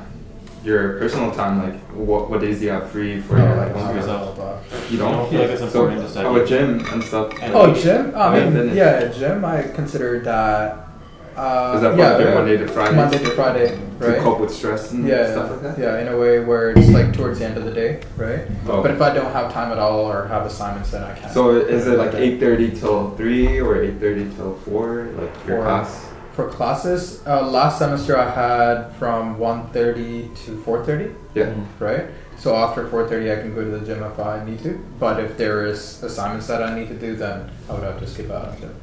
C: your personal time? Like, what what days do you have free for your like
D: it's
C: home
B: Uh,
D: for
C: stuff?
D: yourself.
C: You
D: Oh, I
C: don't.
D: don't feel like it's
C: So
D: important to study.
C: how about gym and stuff?
D: And-
B: Oh, gym? I
C: Yeah,
B: mean,
C: fitness.
B: yeah, gym. I consider that. Uh,
C: Is that
B: yeah,
C: Monday,
B: yeah.
C: Monday to Friday?
B: Monday to Friday,
C: to
B: right?
C: cope with stress and
B: yeah,
C: stuff like that.
B: yeah, in a way where it's like towards the end of the day, right?
C: Oh.
B: But if I don't have time at all or have assignments, then I can't.
C: So is it like
B: Yeah.
C: eight thirty till three or eight thirty till four? Like your
B: Four.
C: class?
B: For classes, uh, last semester I had from 1.30 to 4.30,
C: Yeah.
B: right? So after 4.30 I can go to the gym if I need to. But if there is assignments that I need to do, then I would have to skip out of gym.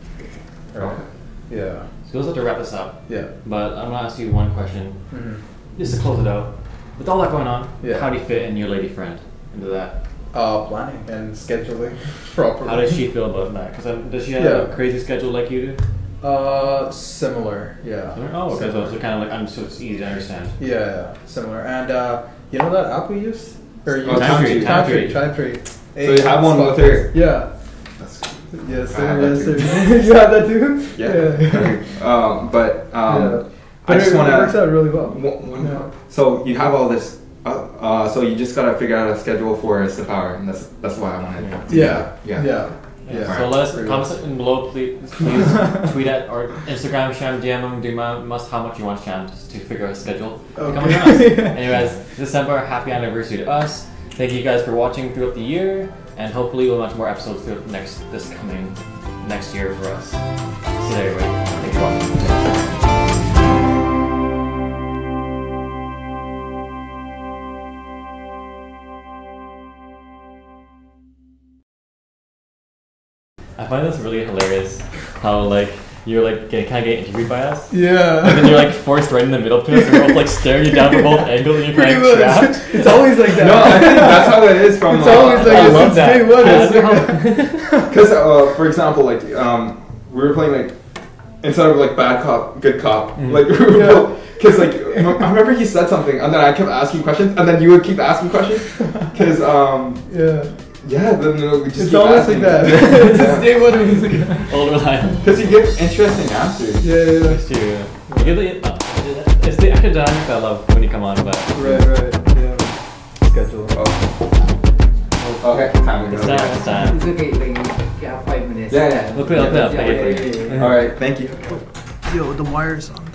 B: Right?
C: Okay.
B: Yeah.
D: So we'll have to wrap this up,
B: Yeah.
D: but I'm gonna ask you one question,
C: Mm-hmm.
B: hmm
D: just to close it out. With all that going on,
B: Yeah.
D: how do you fit in your lady friend into that?
B: Uh, planning and scheduling (laughs) properly.
D: How does she feel about that? Because does she have
B: Yeah.
D: a crazy schedule like you do?
B: Uh, similar. Yeah.
D: Oh, okay. So
B: Similar.
D: it's kind of like I'm so it's easy to understand.
B: Yeah, yeah, similar. And uh, you know that app we use? Or you
C: Oh, Time Tree,
D: Time
B: Time Tree.
D: Tree.
B: Time Tree.
C: So you have one
B: Spot.
C: with her.
B: Yeah.
C: That's,
B: Yes,
C: I
B: sir.
C: have that
B: Yes,
C: too.
B: sir. (laughs) you have that too?
C: (laughs) yeah. um, but um,
B: Yeah.
C: I just
B: it
C: want
B: works
C: to.
B: out really well.
C: One, one,
B: Yeah.
C: So you have all this. Uh, uh, so you just gotta figure out a schedule for Sip Hour, and that's that's why I wanted. to do
B: Yeah.
C: that.
B: Yeah.
C: Yeah.
B: Yeah.
C: Yeah.
D: So let us
B: Pretty
D: comment section below, please.
B: (laughs)
D: please tweet at or Instagram Sham DM him, do my must how much you want Sham just to figure out a schedule.
B: Okay. (laughs)
D: Come with us. Anyways, December, happy anniversary to us. Thank you guys for watching throughout the year, and hopefully we'll have more episodes throughout next
A: (laughs)
D: this coming next year for us. So there, everybody. Thank you for watching. I find this really hilarious. How like you're like get, kind of get interviewed by us, and
B: Yeah.
D: then you're like forced right in the middle to us. We're both like staring you down
B: (laughs)
D: from both angles, and you're
B: Pretty
D: kind of trapped.
B: much. (laughs) It's always like that.
C: No, I think that's how it is from. uh,
B: It's always like
D: I
B: it's-
D: love
B: it's
D: that.
B: day one.
D: Yeah,
B: It's like-
C: Because, uh, for example, like um, we were playing like instead of like bad cop, good cop,
D: Mm.
C: like (laughs) because like I remember he said something, and then I kept asking questions, and then you would keep asking questions, because um,
B: yeah.
C: yeah, then uh, we just
B: It's
C: keep
B: always like
C: asking.
B: that.
C: (laughs)
B: (laughs) it's just
C: yeah.
B: day one. It's
D: (laughs)
B: like that.
D: Old reliable.
C: Because you give interesting answers.
B: Yeah, yeah, yeah.
D: It's true. You get the, uh, it's the academic
A: (laughs)
D: I love when you Oh, come on, but
B: Right, right. Yeah. Schedule.
C: Oh. Okay, time to
D: it's
C: go.
D: time, it's time.
A: It's okay, like you have five minutes.
C: Yeah, yeah.
D: Look it up, look it up,
A: Yeah,
D: thank you,
A: yeah,
D: thank you.
A: yeah, yeah.
C: All right, thank you.
B: Yo, the wires on. oh,